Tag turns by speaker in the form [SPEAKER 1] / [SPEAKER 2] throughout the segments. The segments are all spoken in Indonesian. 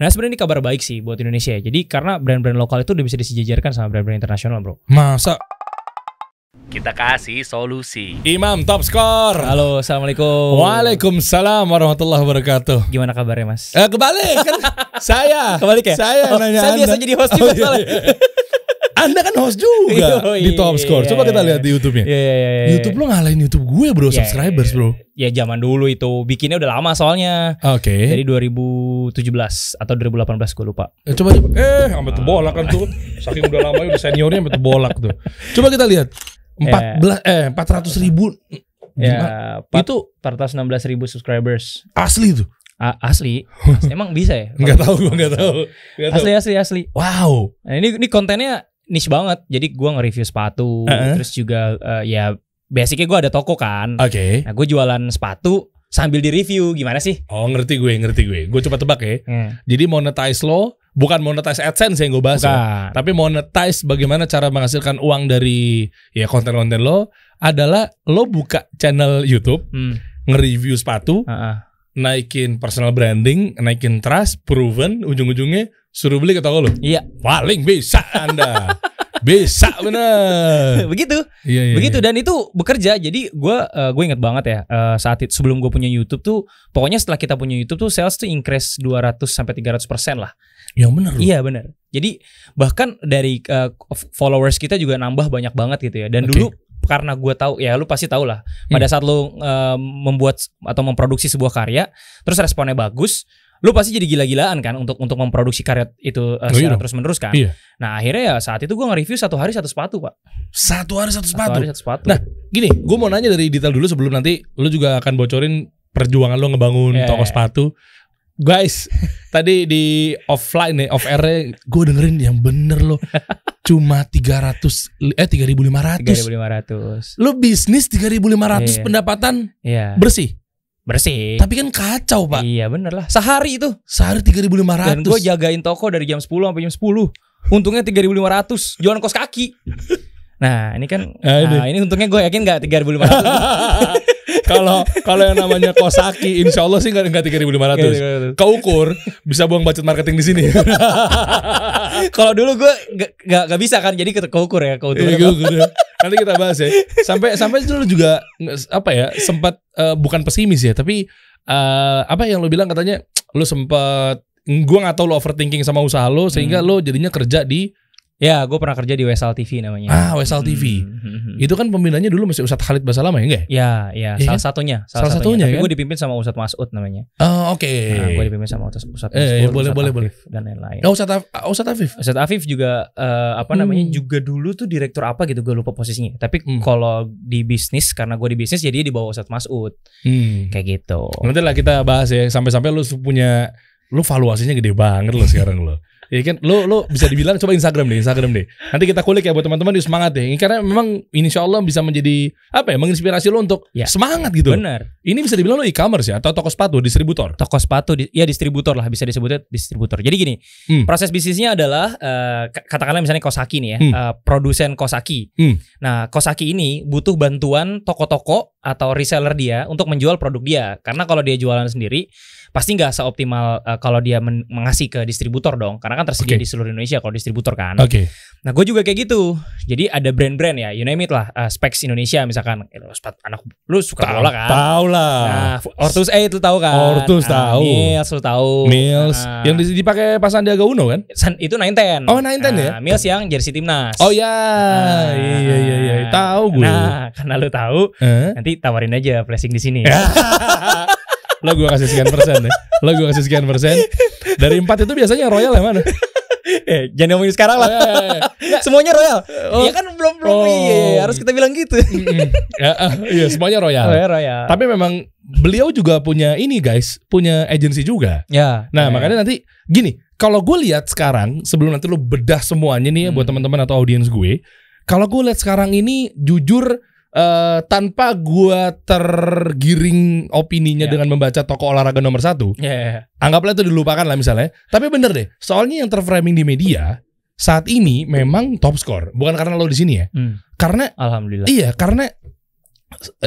[SPEAKER 1] Nah sebenarnya ini kabar baik sih buat Indonesia ya. Jadi karena brand-brand lokal itu udah bisa disejajarkan sama brand-brand internasional bro.
[SPEAKER 2] Masa
[SPEAKER 3] Kita kasih solusi.
[SPEAKER 2] Imam top skor.
[SPEAKER 1] Halo, assalamualaikum.
[SPEAKER 2] Waalaikumsalam warahmatullahi wabarakatuh.
[SPEAKER 1] Gimana kabarnya mas?
[SPEAKER 2] Eh kebalik kan saya.
[SPEAKER 1] Kebalik ya?
[SPEAKER 2] Saya
[SPEAKER 1] Oh,
[SPEAKER 2] yang nanya
[SPEAKER 1] saya
[SPEAKER 2] Anda.
[SPEAKER 1] biasa jadi host juga
[SPEAKER 2] iya,
[SPEAKER 1] soalnya.
[SPEAKER 2] iya. Anda kan host juga
[SPEAKER 1] Yoi.
[SPEAKER 2] di top skor. Coba kita lihat di YouTube-nya.
[SPEAKER 1] Iya, iya, iya.
[SPEAKER 2] YouTube lo ngalahin YouTube gue bro,
[SPEAKER 1] Iya,
[SPEAKER 2] subscribers
[SPEAKER 1] iya,
[SPEAKER 2] bro.
[SPEAKER 1] iya. Ya zaman dulu itu bikinnya udah lama soalnya.
[SPEAKER 2] Oke.
[SPEAKER 1] Dari 2017 atau 2018 gue lupa.
[SPEAKER 2] Eh, Coba coba. Eh, sampai terbolak kan tuh. Saking udah lama ya, udah seniornya sampai terbolak tuh. Coba kita lihat. 14 eh 400 ribu.
[SPEAKER 1] Ya,
[SPEAKER 2] Gimana?
[SPEAKER 1] empat-
[SPEAKER 2] Itu
[SPEAKER 1] 416 ribu subscribers.
[SPEAKER 2] asli tuh.
[SPEAKER 1] A- asli. Asli. Emang bisa ya?
[SPEAKER 2] Enggak tahu gue enggak tahu. Nggak tahu.
[SPEAKER 1] Asli asli asli.
[SPEAKER 2] Wow.
[SPEAKER 1] Nah, ini ini kontennya niche banget. Jadi gua nge-review sepatu,
[SPEAKER 2] Heeh.
[SPEAKER 1] terus juga eh, ya basicnya gua ada toko kan.
[SPEAKER 2] Oke.
[SPEAKER 1] Nah, gue jualan sepatu sambil di-review. Gimana sih?
[SPEAKER 2] Oh ngerti gue, ngerti gue. Gue coba tebak ya.
[SPEAKER 1] Hmm.
[SPEAKER 2] Jadi monetize lo bukan monetize AdSense yang gue bahas, ya.
[SPEAKER 1] Bukan.
[SPEAKER 2] tapi monetize bagaimana cara menghasilkan uang dari ya konten-konten lo adalah lo buka channel YouTube,
[SPEAKER 1] Hmm.
[SPEAKER 2] nge-review sepatu,
[SPEAKER 1] Heeh.
[SPEAKER 2] naikin personal branding, naikin trust, proven, ujung-ujungnya suruh beli ke toko lo.
[SPEAKER 1] Iya,
[SPEAKER 2] Paling bisa Anda. bisa bener.
[SPEAKER 1] begitu.
[SPEAKER 2] Iya, iya,
[SPEAKER 1] Begitu
[SPEAKER 2] iya.
[SPEAKER 1] dan itu bekerja. Jadi gua eh, gue inget banget ya eh, saat itu sebelum gue punya YouTube tuh pokoknya setelah kita punya YouTube tuh sales tuh increase 200 sampai 300% lah.
[SPEAKER 2] Yang bener. lo.
[SPEAKER 1] Iya benar. Jadi bahkan dari uh, followers kita juga nambah banyak banget gitu ya. Dan
[SPEAKER 2] Oke. Hmm.
[SPEAKER 1] dulu karena gue tahu ya lu pasti tahu lah. Pada saat lu uh, membuat atau memproduksi sebuah karya, terus responnya bagus, lu pasti jadi gila-gilaan kan untuk untuk memproduksi karya itu uh,
[SPEAKER 2] Oh, iya
[SPEAKER 1] secara
[SPEAKER 2] dong.
[SPEAKER 1] terus menerus kan.
[SPEAKER 2] Iya.
[SPEAKER 1] Nah akhirnya ya saat itu gue nge-review satu hari satu sepatu pak.
[SPEAKER 2] Satu hari satu
[SPEAKER 1] Satu
[SPEAKER 2] sepatu.
[SPEAKER 1] hari satu sepatu.
[SPEAKER 2] Nah, gini, gue mau nanya dari detail dulu sebelum nanti lu juga akan bocorin perjuangan lu ngebangun
[SPEAKER 1] Iya,
[SPEAKER 2] toko
[SPEAKER 1] iya.
[SPEAKER 2] sepatu. Guys, tadi di offline nih, off air gue dengerin yang bener lo. Cuma 300 li- eh
[SPEAKER 1] 3500.
[SPEAKER 2] 3500. Lu bisnis 3500
[SPEAKER 1] Iya.
[SPEAKER 2] pendapatan
[SPEAKER 1] Iya.
[SPEAKER 2] bersih.
[SPEAKER 1] Bersih.
[SPEAKER 2] Tapi kan kacau, Pak.
[SPEAKER 1] Iya bener lah. Sehari itu.
[SPEAKER 2] Sehari 3500.
[SPEAKER 1] Dan gue jagain toko dari jam 10 sampai jam 10 Untungnya 3.500 Jualan kos kaki Nah ini kan
[SPEAKER 2] Ah, ini.
[SPEAKER 1] nah, Ini untungnya gue yakin gak 3.500
[SPEAKER 2] Kalau kalau yang namanya Kosaki, insya Allah sih nggak nggak 3500. Keukur bisa buang budget marketing di sini.
[SPEAKER 1] Kalau dulu gue gak, gak, gak bisa kan Jadi ke- keukur ya
[SPEAKER 2] Iya,
[SPEAKER 1] keuntungan
[SPEAKER 2] gue- gue- gue. Nanti kita bahas ya. Sampai sampai dulu juga nge- apa ya sempat eh, bukan pesimis ya, tapi eh, apa yang lo bilang katanya lo sempat gue nggak tahu lo overthinking sama usaha lo sehingga
[SPEAKER 1] Hmm.
[SPEAKER 2] lo jadinya kerja di
[SPEAKER 1] Ya gue pernah kerja di Wesal TV namanya
[SPEAKER 2] ah Wesal TV.
[SPEAKER 1] Hmm, hmm, hmm.
[SPEAKER 2] Itu kan pembinanya dulu masih Ustadz Khalid Basalamah ya enggak? ya?
[SPEAKER 1] Ya, ya,
[SPEAKER 2] Iya
[SPEAKER 1] salah satunya,
[SPEAKER 2] Salah satunya,
[SPEAKER 1] Tapi
[SPEAKER 2] kan?
[SPEAKER 1] gue dipimpin sama Ustadz Masud namanya.
[SPEAKER 2] Oh, oke.
[SPEAKER 1] Nah, gue dipimpin sama Ustadz Ustadz Masud,
[SPEAKER 2] Eh, iya, boleh,
[SPEAKER 1] Ustadz
[SPEAKER 2] boleh,
[SPEAKER 1] Afif, dan lain-lain.
[SPEAKER 2] Oh, Ustadz Af- Ustadz Afif.
[SPEAKER 1] Ustadz Afif juga eh, apa namanya
[SPEAKER 2] Hmm.
[SPEAKER 1] juga dulu tuh direktur apa gitu gue lupa posisinya. Tapi
[SPEAKER 2] Hmm.
[SPEAKER 1] kalau di bisnis karena gue di bisnis jadi di bawah Ustadz Masud
[SPEAKER 2] Hmm.
[SPEAKER 1] kayak gitu.
[SPEAKER 2] Nanti lah kita bahas ya sampai-sampai lo punya lo valuasinya gede banget lo sekarang lo. Ya kan lo lo bisa dibilang coba Instagram deh, Instagram deh. Nanti kita kulik ya buat teman-teman di semangat deh. Ini Karena memang insya Allah bisa menjadi apa ya menginspirasi lo untuk
[SPEAKER 1] Ya.
[SPEAKER 2] semangat gitu.
[SPEAKER 1] Bener.
[SPEAKER 2] Ini bisa dibilang lo e-commerce ya atau toko sepatu distributor.
[SPEAKER 1] Toko sepatu di- ya distributor lah bisa disebutnya distributor. Jadi gini,
[SPEAKER 2] Hmm.
[SPEAKER 1] proses bisnisnya adalah eh, k- katakanlah misalnya Kosaki nih ya,
[SPEAKER 2] Hmm.
[SPEAKER 1] eh, produsen Kosaki.
[SPEAKER 2] Hmm.
[SPEAKER 1] Nah, Kosaki ini butuh bantuan toko-toko atau reseller dia untuk menjual produk dia. Karena kalau dia jualan sendiri pasti nggak seoptimal eh, kalau dia men- mengasih ke distributor dong. Karena kan tersedia
[SPEAKER 2] Oke.
[SPEAKER 1] di seluruh Indonesia kalau distributor kan.
[SPEAKER 2] Oke.
[SPEAKER 1] Nah gue juga kayak gitu Jadi ada brand-brand ya You name it lah uh, Specs Indonesia misalkan Eh, lu sepat- Anak lu suka bola kan
[SPEAKER 2] Tahu
[SPEAKER 1] Nah
[SPEAKER 2] lah.
[SPEAKER 1] Ortus 8 lu tahu kan
[SPEAKER 2] Ah. Ortus
[SPEAKER 1] Nah,
[SPEAKER 2] tahu.
[SPEAKER 1] Mills lu tahu
[SPEAKER 2] Mills
[SPEAKER 1] Nah,
[SPEAKER 2] yang di- dipakai pas Sandiaga Uno kan?
[SPEAKER 1] San- Itu 910
[SPEAKER 2] Oh, 910 ya?
[SPEAKER 1] Mills yang jersey timnas
[SPEAKER 2] Oh ya,
[SPEAKER 1] Nah,
[SPEAKER 2] iya iya iya, tahu gue.
[SPEAKER 1] Nah karena lu tahu
[SPEAKER 2] Eh?
[SPEAKER 1] Nanti tawarin aja flashing di sini
[SPEAKER 2] lo gue kasih sekian persen ya. Lo gue kasih sekian persen. Dari empat itu biasanya yang royal yang mana?
[SPEAKER 1] Eh, Jangan ngomongin sekarang lah
[SPEAKER 2] Oh, iya, iya.
[SPEAKER 1] Semuanya royal
[SPEAKER 2] Oh.
[SPEAKER 1] Ya kan belum belum
[SPEAKER 2] Oh.
[SPEAKER 1] iya, Harus kita bilang gitu
[SPEAKER 2] Mm-mm. Ya, ah, iya semuanya royal.
[SPEAKER 1] Oh, ya, royal
[SPEAKER 2] Tapi memang beliau juga punya ini guys, punya agensi juga.
[SPEAKER 1] Ya Eh.
[SPEAKER 2] Nah makanya nanti gini, kalau gue lihat sekarang sebelum nanti lo bedah semuanya nih ya
[SPEAKER 1] Hmm.
[SPEAKER 2] buat teman-teman atau audiens gue, kalau gue lihat sekarang ini jujur eh, tanpa gue tergiring opininya
[SPEAKER 1] Ya.
[SPEAKER 2] dengan membaca toko olahraga nomor satu,
[SPEAKER 1] Ya, ya, ya.
[SPEAKER 2] anggaplah itu dilupakan lah misalnya. Tapi bener deh, soalnya yang terframing di media saat ini memang top score, bukan karena lo di sini ya,
[SPEAKER 1] Hmm,
[SPEAKER 2] karena
[SPEAKER 1] Alhamdulillah
[SPEAKER 2] Iya, karena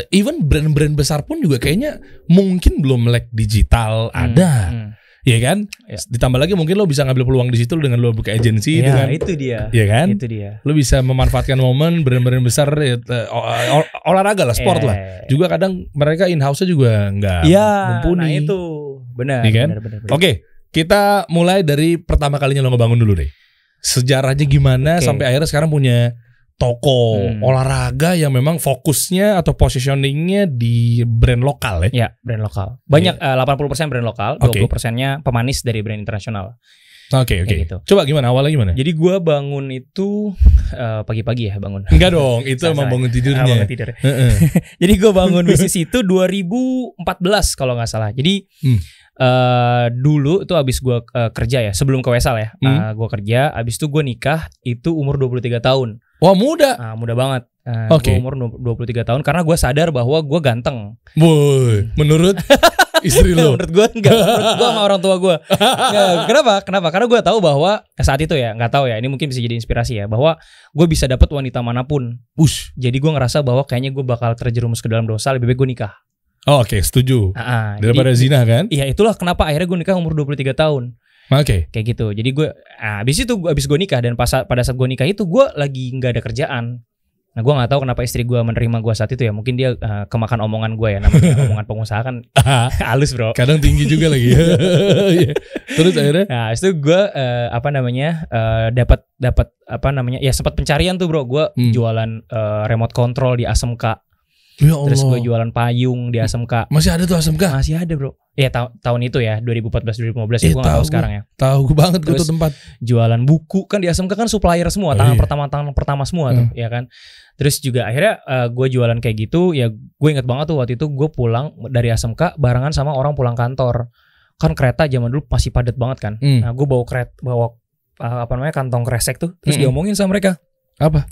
[SPEAKER 2] eh, even brand-brand besar pun juga kayaknya mungkin belum melek digital
[SPEAKER 1] Hmm,
[SPEAKER 2] ada.
[SPEAKER 1] hmm.
[SPEAKER 2] Iya kan?
[SPEAKER 1] Iya.
[SPEAKER 2] Ditambah lagi mungkin lo bisa ngambil peluang di situ dengan lo buka
[SPEAKER 1] Iya,
[SPEAKER 2] agensi
[SPEAKER 1] Gitu.
[SPEAKER 2] itu kan.
[SPEAKER 1] itu dia.
[SPEAKER 2] Iya kan?
[SPEAKER 1] Itu dia.
[SPEAKER 2] Lo bisa memanfaatkan momen brand-brand besar ya, eh, ol- ol- olahraga lah, sport lah.
[SPEAKER 1] Eh,
[SPEAKER 2] Juga kadang mereka in-house-nya juga nggak
[SPEAKER 1] Iya, nah
[SPEAKER 2] mumpuni.
[SPEAKER 1] itu benar.
[SPEAKER 2] Iya kan?
[SPEAKER 1] benar, benar, benar.
[SPEAKER 2] Oke, kita mulai dari pertama kalinya lo ngebangun dulu deh. Sejarahnya gimana
[SPEAKER 1] Oke.
[SPEAKER 2] sampai akhirnya sekarang punya toko
[SPEAKER 1] Hmm.
[SPEAKER 2] olahraga yang memang fokusnya atau positioningnya di brand lokal ya.
[SPEAKER 1] Ya, brand lokal. Banyak eh, 80% brand lokal,
[SPEAKER 2] Iya. Oke.
[SPEAKER 1] 20%-nya pemanis dari brand internasional.
[SPEAKER 2] Oke oke.
[SPEAKER 1] Kayak gitu.
[SPEAKER 2] Coba gimana awalnya gimana?
[SPEAKER 1] Jadi gua bangun itu eh, pagi-pagi ya bangun.
[SPEAKER 2] Enggak dong, itu
[SPEAKER 1] Salah,
[SPEAKER 2] emang
[SPEAKER 1] salah. Ah,
[SPEAKER 2] bangun
[SPEAKER 1] bangun
[SPEAKER 2] tidurnya. ya?
[SPEAKER 1] tidur.
[SPEAKER 2] Heeh.
[SPEAKER 1] Jadi gua bangun bisnis itu 2014 kalau nggak salah. Jadi
[SPEAKER 2] Hmm.
[SPEAKER 1] eh, dulu tuh abis gua eh, kerja ya, sebelum ke Wesal ya.
[SPEAKER 2] Hmm.
[SPEAKER 1] Eh, gua kerja, abis itu gua nikah itu umur 23 tahun.
[SPEAKER 2] Wah muda,
[SPEAKER 1] Ah, muda banget. Eh,
[SPEAKER 2] Oke.
[SPEAKER 1] gua umur 23 tahun karena gua sadar bahwa gua ganteng.
[SPEAKER 2] boy. Menurut istri lo.
[SPEAKER 1] menurut gua enggak, menurut gua sama orang tua gua. Enggak, kenapa? Kenapa? Karena gua tahu bahwa saat itu ya, nggak tahu ya, ini mungkin bisa jadi inspirasi ya bahwa gua bisa dapet wanita manapun.
[SPEAKER 2] Ush.
[SPEAKER 1] Jadi gua ngerasa bahwa kayaknya gua bakal terjerumus ke dalam dosa, lebih baik gua nikah.
[SPEAKER 2] Oh, oke, setuju.
[SPEAKER 1] Ah, ah. Jadi-
[SPEAKER 2] Daripada zina kan?
[SPEAKER 1] Iya, itulah kenapa akhirnya gua nikah umur 23 tahun.
[SPEAKER 2] Oke.
[SPEAKER 1] kayak gitu jadi gue nah, abis itu gue abis gue nikah dan pas pada saat gue nikah itu gue lagi nggak ada kerjaan nah gue nggak tahu kenapa istri gue menerima gue saat itu ya mungkin dia eh, kemakan omongan gue ya namanya omongan pengusaha kan halus bro
[SPEAKER 2] Kadang tinggi juga lagi. Iya. Terus akhirnya
[SPEAKER 1] nah abis itu gue eh, apa namanya eh, dapat dapat apa namanya ya sempat pencarian tuh bro gue
[SPEAKER 2] Hmm.
[SPEAKER 1] jualan eh, remote control di Asmk
[SPEAKER 2] Ya
[SPEAKER 1] terus
[SPEAKER 2] Allah.
[SPEAKER 1] gue jualan payung di Asmk
[SPEAKER 2] Masih ada tuh asam kah?
[SPEAKER 1] masih ada bro ya ta- tahun itu ya 2014 2015 ya
[SPEAKER 2] Eh,
[SPEAKER 1] gue nggak tahu
[SPEAKER 2] tahu gua.
[SPEAKER 1] sekarang ya
[SPEAKER 2] Tahu banget gue
[SPEAKER 1] Terus-
[SPEAKER 2] tuh tempat.
[SPEAKER 1] jualan buku kan di ASMK kan supplier semua
[SPEAKER 2] Oh,
[SPEAKER 1] tangan
[SPEAKER 2] iya. Hmm.
[SPEAKER 1] pertama tangan pertama semua tuh ya kan terus juga akhirnya gue jualan kayak gitu ya gue inget banget tuh waktu itu gue pulang dari ASMK barengan sama orang pulang kantor kan kereta zaman dulu masih padat banget kan
[SPEAKER 2] Hmm.
[SPEAKER 1] nah gue bawa keret bawa eh, apa namanya kantong kresek tuh terus
[SPEAKER 2] Mm-mm.
[SPEAKER 1] diomongin sama mereka
[SPEAKER 2] Hmm. Apa?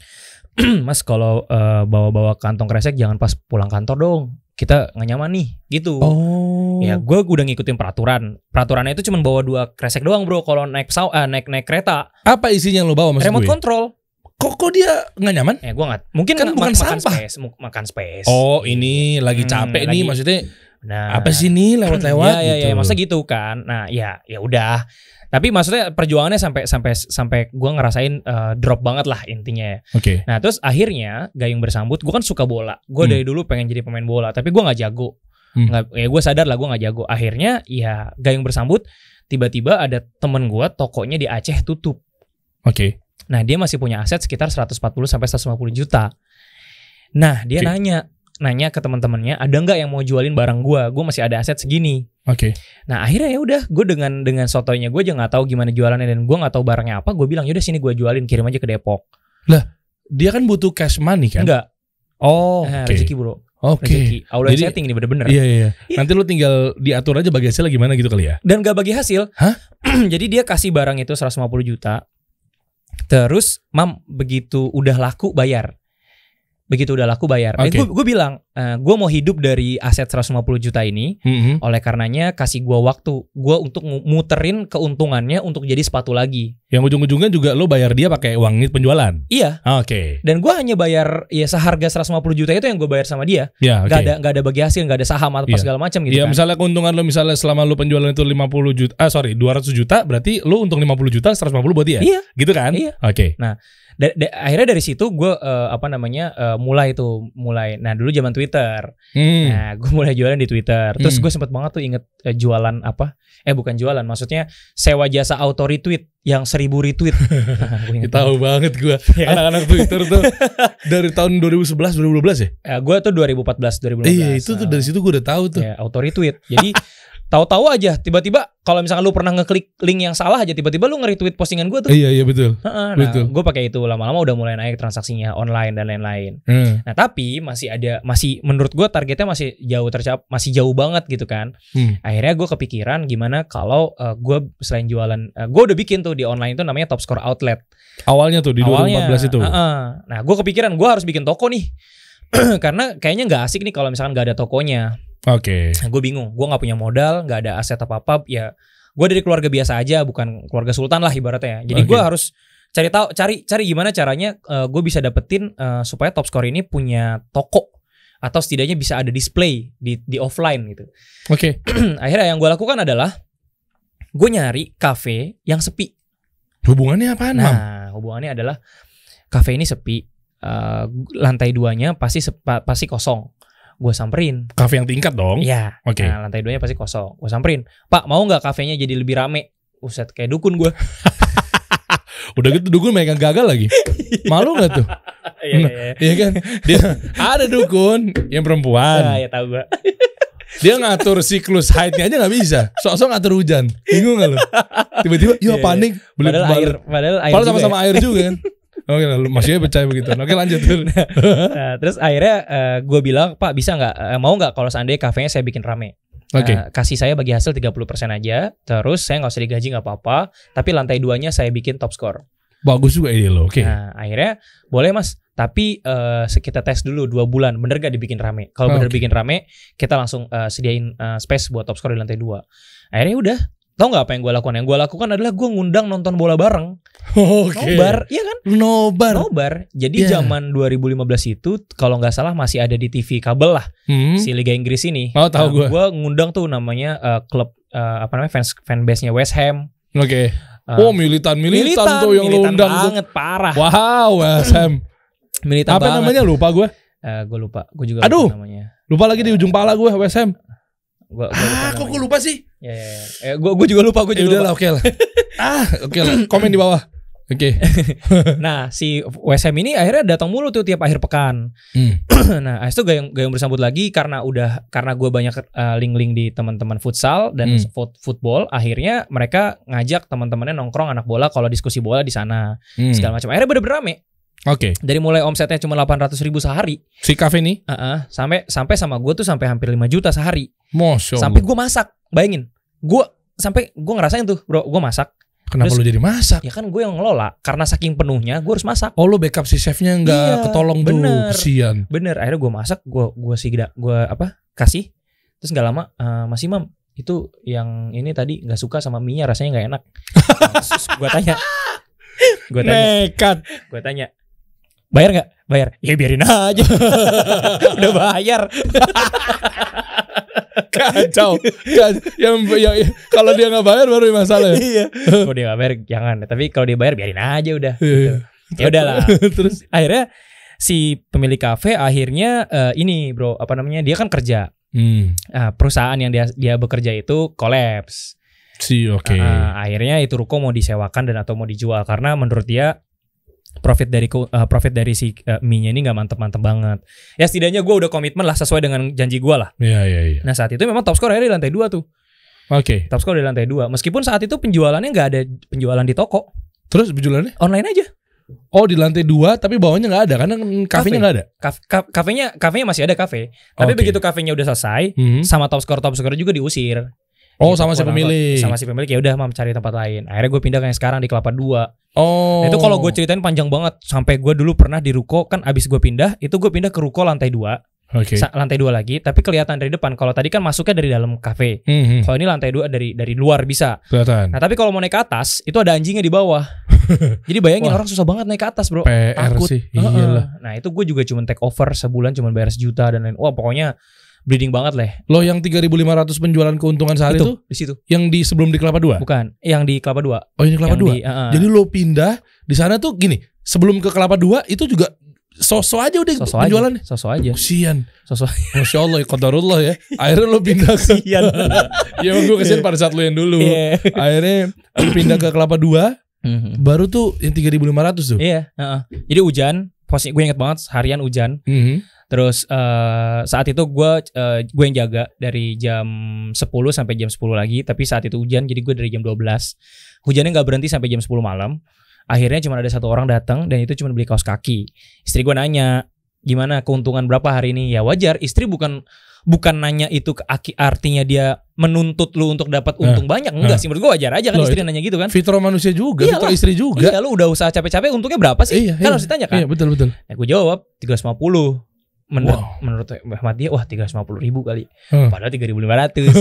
[SPEAKER 1] mas kalau eh, bawa-bawa kantong kresek jangan pas pulang kantor dong kita nggak nyaman nih gitu
[SPEAKER 2] Oh.
[SPEAKER 1] Ya gue udah ngikutin peraturan Peraturannya itu cuma bawa dua kresek doang bro Kalau naik pesawat, eh, naik naik kereta
[SPEAKER 2] Apa isinya yang lo bawa maksud
[SPEAKER 1] Remote
[SPEAKER 2] gue?
[SPEAKER 1] control
[SPEAKER 2] Kok kok dia nggak nyaman?
[SPEAKER 1] Eh gue nggak, mungkin
[SPEAKER 2] Kan
[SPEAKER 1] nggak-
[SPEAKER 2] bukan
[SPEAKER 1] makan
[SPEAKER 2] sampah.
[SPEAKER 1] space, mu- makan space.
[SPEAKER 2] Oh ini lagi
[SPEAKER 1] Hmm,
[SPEAKER 2] capek nih
[SPEAKER 1] lagi-
[SPEAKER 2] maksudnya
[SPEAKER 1] nah,
[SPEAKER 2] apa sih nih lewat-lewat
[SPEAKER 1] ya, ya,
[SPEAKER 2] gitu.
[SPEAKER 1] ya, maksudnya gitu kan. Nah, ya, ya udah. Tapi maksudnya perjuangannya sampai sampai sampai gue ngerasain eh, drop banget lah intinya. ya.
[SPEAKER 2] Oke.
[SPEAKER 1] Nah, terus akhirnya gayung bersambut, gue kan suka bola. Gue
[SPEAKER 2] Hmm.
[SPEAKER 1] dari dulu pengen jadi pemain bola, tapi gue nggak jago.
[SPEAKER 2] Hmm.
[SPEAKER 1] Nggak, ya gue sadar lah gue nggak jago. Akhirnya ya gayung bersambut, tiba-tiba ada temen gue tokonya di Aceh tutup.
[SPEAKER 2] Oke.
[SPEAKER 1] Nah, dia masih punya aset sekitar 140 sampai 150 juta. Nah, dia
[SPEAKER 2] Oke.
[SPEAKER 1] nanya nanya ke teman-temannya, ada nggak yang mau jualin barang gua? Gua masih ada aset segini.
[SPEAKER 2] Oke.
[SPEAKER 1] Nah, akhirnya ya udah, gue dengan dengan sotonya gue aja nggak tahu gimana jualannya dan gua nggak tahu barangnya apa. Gue bilang, yaudah sini gua jualin, kirim aja ke Depok.
[SPEAKER 2] Dia kan butuh cash money kan?
[SPEAKER 1] Enggak,
[SPEAKER 2] Oh.
[SPEAKER 1] eh,
[SPEAKER 2] Oke.
[SPEAKER 1] rezeki bro,
[SPEAKER 2] Oke.
[SPEAKER 1] rezeki. Aulan
[SPEAKER 2] Jadi-
[SPEAKER 1] setting ini bener-bener.
[SPEAKER 2] Iya iya. iya. Nanti lu tinggal diatur aja bagi hasilnya gimana gitu kali ya.
[SPEAKER 1] Dan gak bagi hasil.
[SPEAKER 2] Hah?
[SPEAKER 1] Jadi dia kasih barang itu 150 juta. Terus, mam begitu udah laku bayar. Begitu udah laku bayar. Eh,
[SPEAKER 2] Oke.
[SPEAKER 1] gue gue bilang, eh, gue mau hidup dari aset 150 juta ini.
[SPEAKER 2] Mm-hmm.
[SPEAKER 1] Oleh karenanya kasih gue waktu, gue untuk ngu- muterin keuntungannya untuk jadi sepatu lagi.
[SPEAKER 2] Yang ujung-ujungnya juga lu bayar dia pakai uang nit penjualan. Ah,
[SPEAKER 1] Iya.
[SPEAKER 2] Oke.
[SPEAKER 1] Dan gue hanya bayar ya seharga 150 juta itu yang gue bayar sama dia.
[SPEAKER 2] Ya, oke.
[SPEAKER 1] Gak ada gak ada bagi hasil, gak ada saham atau apa
[SPEAKER 2] Iya.
[SPEAKER 1] segala macam gitu.
[SPEAKER 2] Ya
[SPEAKER 1] kan.
[SPEAKER 2] misalnya keuntungan lu misalnya selama lu penjualan itu 50 juta, ah sorry 200 juta, berarti lu untung 50 juta, 150 buat dia.
[SPEAKER 1] Iya.
[SPEAKER 2] Gitu kan?
[SPEAKER 1] Iya.
[SPEAKER 2] Oke.
[SPEAKER 1] Da- da- akhirnya dari situ gue apa namanya eh, mulai tuh mulai. Nah dulu zaman Twitter.
[SPEAKER 2] Hmm.
[SPEAKER 1] Nah, gue mulai jualan di Twitter. Terus
[SPEAKER 2] Hmm.
[SPEAKER 1] gue sempet banget tuh inget eh, jualan apa? Eh bukan jualan, maksudnya sewa jasa auto retweet yang seribu retweet. gue
[SPEAKER 2] Ya, tahu banget gua
[SPEAKER 1] Iya kan?
[SPEAKER 2] anak-anak Twitter tuh dari tahun 2011 2012 ya.
[SPEAKER 1] gue Eh, tuh 2014 2015.
[SPEAKER 2] Iya, itu tuh dari situ gua udah tahu tuh.
[SPEAKER 1] Ya, auto retweet. Jadi tahu-tahu aja tiba-tiba kalau misalkan lu pernah ngeklik link yang salah aja tiba-tiba lu nge-retweet postingan gue tuh.
[SPEAKER 2] Iya, iya betul.
[SPEAKER 1] Heeh, nah,
[SPEAKER 2] betul.
[SPEAKER 1] gue pakai itu lama-lama udah mulai naik transaksinya online dan lain-lain.
[SPEAKER 2] Hmm.
[SPEAKER 1] Nah, tapi masih ada masih menurut gue targetnya masih jauh tercap masih jauh banget gitu kan.
[SPEAKER 2] Hmm.
[SPEAKER 1] akhirnya gue kepikiran gimana kalau gue selain jualan gue udah bikin tuh di online itu namanya top score outlet
[SPEAKER 2] Awalnya tuh di
[SPEAKER 1] Awalnya,
[SPEAKER 2] 2014 itu.
[SPEAKER 1] heeh. nah gue kepikiran gue harus bikin toko nih karena kayaknya nggak asik nih kalau misalkan nggak ada tokonya
[SPEAKER 2] Oke.
[SPEAKER 1] gue Nah, bingung gue nggak punya modal nggak ada aset apa apa ya gue dari keluarga biasa aja bukan keluarga sultan lah ibaratnya ya. jadi gue
[SPEAKER 2] Oke.
[SPEAKER 1] harus cari tahu cari cari gimana caranya gue bisa dapetin eh, supaya top score ini punya toko atau setidaknya bisa ada display di di offline gitu
[SPEAKER 2] Oke.
[SPEAKER 1] akhirnya yang gue lakukan adalah gue nyari kafe yang sepi
[SPEAKER 2] Hubungannya apaan, Kan, Mam?
[SPEAKER 1] Nah, hubungannya adalah kafe ini sepi. Eh, lantai duanya pasti sep- pa- pasti kosong. Gue samperin.
[SPEAKER 2] Kafe yang tingkat dong.
[SPEAKER 1] Iya.
[SPEAKER 2] Oke.
[SPEAKER 1] Nah, lantai duanya pasti kosong. Gue samperin. Pak, mau nggak kafenya jadi lebih rame? Uset kayak dukun gue.
[SPEAKER 2] Udah gitu dukun mereka gagal lagi. Malu gak tuh?
[SPEAKER 1] Iya, iya, iya.
[SPEAKER 2] Iya kan? Dia ada dukun yang
[SPEAKER 1] Ah,
[SPEAKER 2] perempuan.
[SPEAKER 1] ya tahu gue.
[SPEAKER 2] Dia ngatur siklus haidnya aja nggak bisa. Sok-sok ngatur hujan. Bingung gak lu? Tiba-tiba,
[SPEAKER 1] Iya,
[SPEAKER 2] yo
[SPEAKER 1] iya.
[SPEAKER 2] panik. Beli
[SPEAKER 1] Padahal
[SPEAKER 2] kebalik.
[SPEAKER 1] air, padahal air.
[SPEAKER 2] Padahal
[SPEAKER 1] juga
[SPEAKER 2] sama-sama
[SPEAKER 1] ya.
[SPEAKER 2] air juga kan. Oke, lalu maksudnya percaya begitu. Oke, lanjut.
[SPEAKER 1] Nah, terus akhirnya gue bilang, "Pak, bisa nggak eh, mau nggak kalau seandainya kafenya saya bikin rame?"
[SPEAKER 2] Oke.
[SPEAKER 1] Eh, kasih saya bagi hasil 30% aja, terus saya nggak usah digaji nggak apa-apa, tapi lantai duanya saya bikin top score.
[SPEAKER 2] Bagus juga ide lo. Oke.
[SPEAKER 1] Nah, akhirnya boleh mas, tapi eh, se- kita tes dulu dua bulan, bener gak dibikin rame? Kalau
[SPEAKER 2] Oh,
[SPEAKER 1] bener
[SPEAKER 2] oke.
[SPEAKER 1] bikin rame, kita langsung eh, sediain eh, space buat top score di lantai dua. Akhirnya udah, tau nggak apa yang gue lakukan? Yang gue lakukan adalah gue ngundang nonton bola bareng,
[SPEAKER 2] Oke.
[SPEAKER 1] nobar, iya kan?
[SPEAKER 2] Nobar.
[SPEAKER 1] Nobar. Jadi
[SPEAKER 2] Iya.
[SPEAKER 1] zaman 2015 itu, kalau nggak salah masih ada di TV kabel lah
[SPEAKER 2] Hmm.
[SPEAKER 1] si Liga Inggris ini.
[SPEAKER 2] Oh, tahu gua.
[SPEAKER 1] Gue ngundang tuh namanya eh, klub eh, apa namanya fans fanbase-nya West Ham.
[SPEAKER 2] Oke.
[SPEAKER 1] Eh,
[SPEAKER 2] Oh, militan-militan tuh yang lo
[SPEAKER 1] militan
[SPEAKER 2] undang tuh.
[SPEAKER 1] banget parah.
[SPEAKER 2] Wow, Sam.
[SPEAKER 1] Militan
[SPEAKER 2] Apa
[SPEAKER 1] banget.
[SPEAKER 2] namanya lupa gue.
[SPEAKER 1] gue Eh, lupa, gue juga
[SPEAKER 2] Aduh.
[SPEAKER 1] lupa namanya.
[SPEAKER 2] Lupa lagi di ujung pala gue, Sam.
[SPEAKER 1] Gua, gua lupa
[SPEAKER 2] Ah, kok gue
[SPEAKER 1] namanya.
[SPEAKER 2] lupa sih?
[SPEAKER 1] Ya, ya, ya. Eh, gua, gua juga lupa, gua
[SPEAKER 2] Ya
[SPEAKER 1] juga
[SPEAKER 2] udah
[SPEAKER 1] lupa.
[SPEAKER 2] lah, oke lah. ah, oke lah. Komen di bawah. Oke.
[SPEAKER 1] Nah, si WSM ini akhirnya datang mulu tuh tiap akhir pekan.
[SPEAKER 2] Hmm.
[SPEAKER 1] nah, habis itu gayung gayung bersambut lagi karena udah karena gua banyak eh, link-link di teman-teman futsal dan
[SPEAKER 2] Hmm.
[SPEAKER 1] fut- football, akhirnya mereka ngajak teman-temannya nongkrong anak bola kalau diskusi bola di sana.
[SPEAKER 2] Hmm. Oke.
[SPEAKER 1] Segala macam. Akhirnya bener-bener rame. Dari mulai omsetnya cuma 800 ribu sehari,
[SPEAKER 2] Si kafe nih,
[SPEAKER 1] Heeh, sampai sampai sama gua tuh sampai hampir 5 juta sehari.
[SPEAKER 2] Masya
[SPEAKER 1] sampai
[SPEAKER 2] Allah.
[SPEAKER 1] gue masak bayangin gue sampai gue ngerasain tuh bro gue masak
[SPEAKER 2] Kenapa
[SPEAKER 1] terus-
[SPEAKER 2] lu jadi masak?
[SPEAKER 1] ya kan gue yang ngelola karena saking penuhnya gue harus masak
[SPEAKER 2] Oh, lu backup si chefnya nggak
[SPEAKER 1] Iya,
[SPEAKER 2] ketolong
[SPEAKER 1] bener.
[SPEAKER 2] tuh. Kesian.
[SPEAKER 1] bener akhirnya gue masak gue gue sih gue apa kasih terus nggak lama eh, masih mam itu yang ini tadi nggak suka sama minyak rasanya nggak enak gue tanya gue tanya
[SPEAKER 2] Nekat.
[SPEAKER 1] gue tanya bayar nggak bayar ya biarin aja udah bayar
[SPEAKER 2] Kacau. Kacau. yang, yang, yang- kalau dia nggak bayar baru masalah. ya?
[SPEAKER 1] iya kalau dia nggak bayar jangan tapi kalau dia bayar biarin aja udah
[SPEAKER 2] Iya.
[SPEAKER 1] ya udahlah
[SPEAKER 2] Terus
[SPEAKER 1] akhirnya si pemilik kafe akhirnya eh, ini bro apa namanya dia kan kerja
[SPEAKER 2] hmm.
[SPEAKER 1] Eh, perusahaan yang dia dia bekerja itu kolaps
[SPEAKER 2] Si oke.
[SPEAKER 1] Eh, akhirnya itu ruko mau disewakan dan atau mau dijual karena menurut dia profit dari ku- eh, profit dari si eh, mie-nya ini nggak mantep-mantep banget ya setidaknya gue udah komitmen lah sesuai dengan janji gue lah
[SPEAKER 2] Iya iya iya.
[SPEAKER 1] nah saat itu memang top score akhirnya di lantai dua tuh
[SPEAKER 2] Oke.
[SPEAKER 1] top score di lantai dua meskipun saat itu penjualannya nggak ada penjualan di toko
[SPEAKER 2] Terus penjualannya?
[SPEAKER 1] online aja
[SPEAKER 2] Oh di lantai dua tapi bawahnya nggak ada karena kafenya nggak ada.
[SPEAKER 1] Kaf- kaf- kafenya kafenya masih ada kafe tapi
[SPEAKER 2] Oke.
[SPEAKER 1] begitu kafenya udah selesai
[SPEAKER 2] Hmm.
[SPEAKER 1] sama top score top score juga diusir.
[SPEAKER 2] Oh
[SPEAKER 1] Gitu,
[SPEAKER 2] sama si
[SPEAKER 1] quote
[SPEAKER 2] pemilik.
[SPEAKER 1] unquote. Sama si pemilik ya udah mam cari tempat lain. Akhirnya gue pindah ke yang sekarang di Kelapa 2. Nah,
[SPEAKER 2] Oh.
[SPEAKER 1] itu kalau gue ceritain panjang banget sampai gue dulu pernah di ruko kan abis gue pindah itu gue pindah ke ruko lantai 2,
[SPEAKER 2] Oke.
[SPEAKER 1] lantai 2 lagi tapi kelihatan dari depan. Kalau tadi kan masuknya dari dalam kafe.
[SPEAKER 2] Mhm,
[SPEAKER 1] Kalau ini lantai 2 dari dari luar bisa.
[SPEAKER 2] Kelihatan.
[SPEAKER 1] Nah, tapi kalau mau naik ke atas itu ada anjingnya di bawah. Jadi bayangin orang susah banget naik ke atas, Bro.
[SPEAKER 2] PR
[SPEAKER 1] takut.
[SPEAKER 2] sih.
[SPEAKER 1] Heeh.
[SPEAKER 2] Iyalah.
[SPEAKER 1] Nah, itu gue juga cuma take over sebulan cuma bayar sejuta dan lain. Wah, pokoknya bleeding banget leh.
[SPEAKER 2] Lo yang 3.500 penjualan keuntungan sehari itu,
[SPEAKER 1] itu di situ.
[SPEAKER 2] yang di sebelum di Kelapa 2.
[SPEAKER 1] Bukan, yang di Kelapa 2.
[SPEAKER 2] Oh, ini Kelapa
[SPEAKER 1] Yang
[SPEAKER 2] 2.
[SPEAKER 1] di- heeh.
[SPEAKER 2] Jadi lo pindah di sana tuh gini, sebelum ke Kelapa 2 itu juga sosok aja udah
[SPEAKER 1] sosok
[SPEAKER 2] penjualannya.
[SPEAKER 1] aja sosok aja Iya.
[SPEAKER 2] Kesian.
[SPEAKER 1] sosok
[SPEAKER 2] Masya Allah, ya qadarullah ya. Akhirnya lo pindah ke
[SPEAKER 1] Kesian.
[SPEAKER 2] Ya emang gue kesian pada saat lo yang dulu.
[SPEAKER 1] Iya.
[SPEAKER 2] Akhirnya lo pindah ke Kelapa 2
[SPEAKER 1] Mhm.
[SPEAKER 2] baru tuh yang 3.500 tuh.
[SPEAKER 1] iya heeh. jadi hujan posisi gue inget banget harian hujan
[SPEAKER 2] Mhm.
[SPEAKER 1] terus eh, saat itu gue eh, gue yang jaga dari jam 10 sampai jam 10 lagi tapi saat itu hujan jadi gue dari jam 12 hujannya nggak berhenti sampai jam 10 malam akhirnya cuma ada satu orang datang dan itu cuma beli kaos kaki istri gue nanya gimana keuntungan berapa hari ini ya wajar istri bukan bukan nanya itu ke aki artinya dia menuntut lu untuk dapat untung banyak enggak
[SPEAKER 2] nah.
[SPEAKER 1] sih menurut gue wajar aja kan
[SPEAKER 2] Loh,
[SPEAKER 1] istri nanya gitu kan
[SPEAKER 2] Fitrah manusia juga,
[SPEAKER 1] Iyalah.
[SPEAKER 2] fitrah istri juga.
[SPEAKER 1] Iya lu udah usaha capek-capek untungnya berapa sih?
[SPEAKER 2] Iya,
[SPEAKER 1] kan
[SPEAKER 2] iya.
[SPEAKER 1] harus ditanya kan?
[SPEAKER 2] Iya, betul betul.
[SPEAKER 1] Nah, gue jawab 350. Menurut
[SPEAKER 2] Wow.
[SPEAKER 1] menurut Muhammad dia wah 350 ribu kali.
[SPEAKER 2] Hmm.
[SPEAKER 1] Padahal 3500.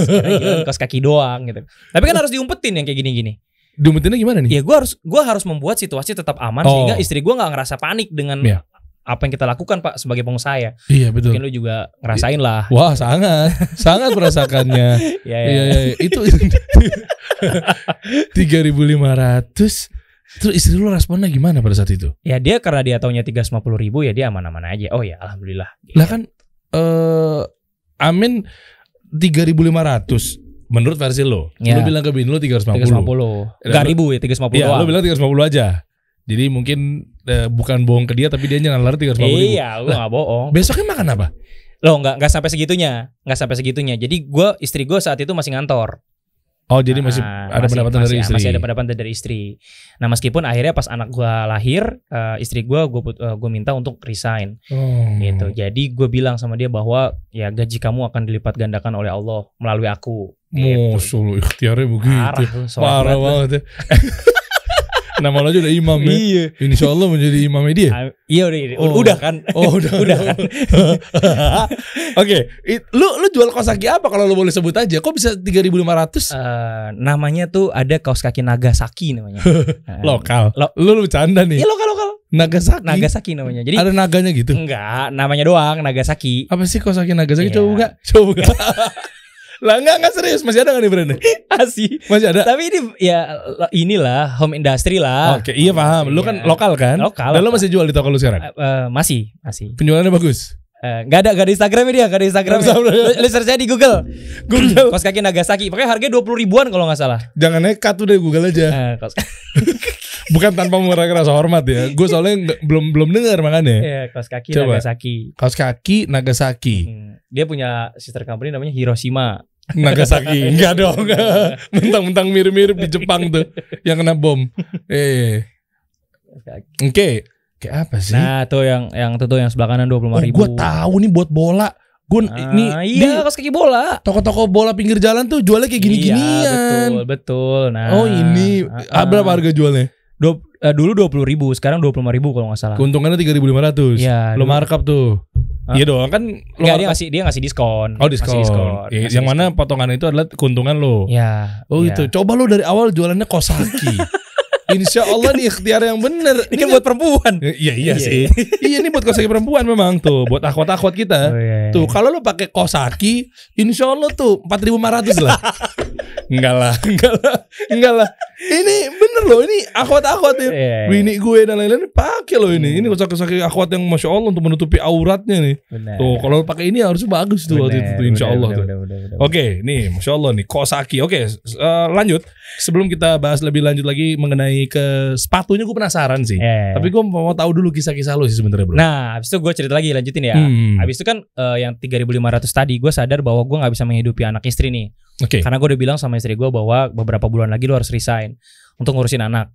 [SPEAKER 1] Karena dia kan kaos kaki doang gitu. Tapi kan harus diumpetin yang kayak gini-gini.
[SPEAKER 2] Diumpetinnya gimana nih?
[SPEAKER 1] Iya. Ya gue harus gua harus membuat situasi tetap aman
[SPEAKER 2] Hmm. Oh.
[SPEAKER 1] sehingga istri gue nggak ngerasa panik dengan
[SPEAKER 2] Iya.
[SPEAKER 1] apa yang kita lakukan Pak sebagai pengusaha ya.
[SPEAKER 2] Iya betul.
[SPEAKER 1] Mungkin lu juga ngerasain lah.
[SPEAKER 2] Wah sangat, sangat merasakannya.
[SPEAKER 1] Ya, ya.
[SPEAKER 2] Iya, iya, iya. itu tiga ribu lima ratus. Terus istri lu responnya gimana pada saat itu?
[SPEAKER 1] Ya, dia karena dia taunya 350 ribu ya dia aman-aman aja. Oh ya alhamdulillah.
[SPEAKER 2] Lah kan, eh, Amin tiga ribu lima ratus. Menurut versi lo,
[SPEAKER 1] Iya.
[SPEAKER 2] lu bilang ke bin lu tiga ratus
[SPEAKER 1] 350. Enggak
[SPEAKER 2] Dan-
[SPEAKER 1] ribu ya 350
[SPEAKER 2] Iya,
[SPEAKER 1] doang.
[SPEAKER 2] lu bilang 350 aja. Jadi mungkin eh, bukan bohong ke dia tapi dia nyalar 350 ribu.
[SPEAKER 1] Iya, gue gak bohong.
[SPEAKER 2] Besoknya makan apa?
[SPEAKER 1] Loh, nggak nggak sampai segitunya, nggak sampai segitunya. Jadi gua istri gue saat itu masih ngantor.
[SPEAKER 2] Oh, jadi masih
[SPEAKER 1] Ah,
[SPEAKER 2] ada pendapatan
[SPEAKER 1] masih-
[SPEAKER 2] dari istri.
[SPEAKER 1] Masih ada pendapatan dari istri. Nah, meskipun akhirnya pas anak gua lahir, eh, istri gua gua put- eh, gua minta untuk resign
[SPEAKER 2] Oh.
[SPEAKER 1] gitu. Jadi gue bilang sama dia bahwa ya gaji kamu akan dilipat gandakan oleh Allah melalui aku. Gitu.
[SPEAKER 2] Masa lu ikhtiarnya begitu.
[SPEAKER 1] Parah lu, soalnya
[SPEAKER 2] gitu. Parah
[SPEAKER 1] banget.
[SPEAKER 2] banget ya. Nama lo aja udah imam ya.
[SPEAKER 1] Iya.
[SPEAKER 2] Insya Allah menjadi imamnya dia.
[SPEAKER 1] Ah, Iya udah, udah,
[SPEAKER 2] Oh.
[SPEAKER 1] udah kan.
[SPEAKER 2] Oh udah.
[SPEAKER 1] Udah kan?
[SPEAKER 2] Oke, it- lu lu jual kosaki apa kalau lu boleh sebut aja? Kok bisa 3.500?
[SPEAKER 1] Eh, namanya tuh ada kaos kaki Nagasaki namanya. Eh,
[SPEAKER 2] lokal.
[SPEAKER 1] lo-
[SPEAKER 2] lu lu bercanda nih.
[SPEAKER 1] Iya lokal lokal.
[SPEAKER 2] Nagasaki.
[SPEAKER 1] Nagasaki namanya. Jadi Hmm.
[SPEAKER 2] Ada naganya gitu.
[SPEAKER 1] enggak, namanya doang Nagasaki.
[SPEAKER 2] Apa sih kosaki Nagasaki?
[SPEAKER 1] Iya.
[SPEAKER 2] Coba buka. Coba buka. lah enggak enggak serius, masih ada enggak nih brandnya?
[SPEAKER 1] Asih.
[SPEAKER 2] Masih ada.
[SPEAKER 1] Tapi ini ya lo- inilah home industry lah.
[SPEAKER 2] Oke, iya paham. Lu
[SPEAKER 1] Ah.
[SPEAKER 2] kan
[SPEAKER 1] Iya.
[SPEAKER 2] lokal kan?
[SPEAKER 1] Lokal,
[SPEAKER 2] Dan lu
[SPEAKER 1] lokal.
[SPEAKER 2] masih jual di toko lu sekarang.
[SPEAKER 1] Eh, eh, masih, masih.
[SPEAKER 2] Penjualannya bagus.
[SPEAKER 1] Eh, Nggak ada, nggak ada Instagramnya dia, nggak ada Instagram. ya.
[SPEAKER 2] Nggak ada Instagram.
[SPEAKER 1] Lu search aja di Google. Google. Kos kaki Nagasaki. Pokoknya harganya dua puluh ribuan kalau nggak salah.
[SPEAKER 2] Jangan nekat udah Google aja.
[SPEAKER 1] Eh, kaos,
[SPEAKER 2] Bukan tanpa mengurangi rasa hormat ya. Gue soalnya nggak- belum belum dengar makanya.
[SPEAKER 1] iya, kaos kaki
[SPEAKER 2] Coba.
[SPEAKER 1] Nagasaki.
[SPEAKER 2] Kaos kaki Nagasaki.
[SPEAKER 1] Hmm. Dia punya sister company namanya Hiroshima.
[SPEAKER 2] Nagasaki enggak dong mentang-mentang mirip-mirip di Jepang tuh yang kena bom eh
[SPEAKER 1] Kaos kaki.
[SPEAKER 2] oke kayak apa sih
[SPEAKER 1] Nah tuh yang yang tuh, tuh yang sebelah kanan dua puluh
[SPEAKER 2] oh,
[SPEAKER 1] ribu.
[SPEAKER 2] gue tahu nih buat bola gue ini
[SPEAKER 1] Ah, iya
[SPEAKER 2] di
[SPEAKER 1] kaos kaki bola.
[SPEAKER 2] toko-toko bola pinggir jalan tuh jualnya kayak
[SPEAKER 1] Iya,
[SPEAKER 2] gini-ginian
[SPEAKER 1] betul, betul. Nah,
[SPEAKER 2] oh ini
[SPEAKER 1] ah,
[SPEAKER 2] ah, berapa harga jualnya
[SPEAKER 1] Dua- eh, dulu dua puluh ribu, sekarang dua puluh ribu kalau nggak salah.
[SPEAKER 2] keuntungannya tiga ribu lima ratus
[SPEAKER 1] Iya.
[SPEAKER 2] lo markup tuh
[SPEAKER 1] Ah.
[SPEAKER 2] iya dong kan lo
[SPEAKER 1] Enggak, dia
[SPEAKER 2] markup-
[SPEAKER 1] ngasih dia ngasih diskon.
[SPEAKER 2] oh diskon,
[SPEAKER 1] Ngasih
[SPEAKER 2] Iya,
[SPEAKER 1] Ngasih diskon.
[SPEAKER 2] yang mana potongan itu adalah keuntungan lo
[SPEAKER 1] Ya.
[SPEAKER 2] oh
[SPEAKER 1] ya.
[SPEAKER 2] gitu coba lo dari awal jualannya kosaki Insya Allah nih ikhtiar yang bener
[SPEAKER 1] Ini kan buat perempuan.
[SPEAKER 2] Eh, Iya iya
[SPEAKER 1] Iya.
[SPEAKER 2] sih. iya ini buat kosaki perempuan memang tuh, buat akhwat-akhwat kita.
[SPEAKER 1] Oh, iya,
[SPEAKER 2] Tuh kalau lu pakai kosaki, insya Allah tuh 4.500 lah. enggak lah, enggak lah, enggak lah. Ini bener loh, ini akhwat-akhwat ya.
[SPEAKER 1] Iya, Hmm. iya.
[SPEAKER 2] Bini gue dan lain-lain pakai loh ini. Ini kosaki-kosaki akhwat yang masya Allah untuk menutupi auratnya nih.
[SPEAKER 1] Benar.
[SPEAKER 2] Tuh kalau lu pakai ini harus bagus tuh waktu itu
[SPEAKER 1] Benar,
[SPEAKER 2] tuh, insya
[SPEAKER 1] benar,
[SPEAKER 2] Allah
[SPEAKER 1] benar,
[SPEAKER 2] tuh. Oh,
[SPEAKER 1] benar, benar, benar.
[SPEAKER 2] Oke, nih Masya Allah nih Kosaki. Oke, s- eh, lanjut. Sebelum kita bahas lebih lanjut lagi mengenai ke sepatunya gue penasaran sih.
[SPEAKER 1] Iya.
[SPEAKER 2] Tapi gue mau tahu dulu kisah-kisah lo sih sebenarnya bro.
[SPEAKER 1] Nah, habis itu gue cerita lagi lanjutin ya.
[SPEAKER 2] Hmm.
[SPEAKER 1] Habis itu kan eh, yang 3.500 tadi gue sadar bahwa gue nggak bisa menghidupi anak istri nih.
[SPEAKER 2] Oke.
[SPEAKER 1] Karena gue udah bilang sama istri gue bahwa beberapa bulan lagi lo harus resign untuk ngurusin anak.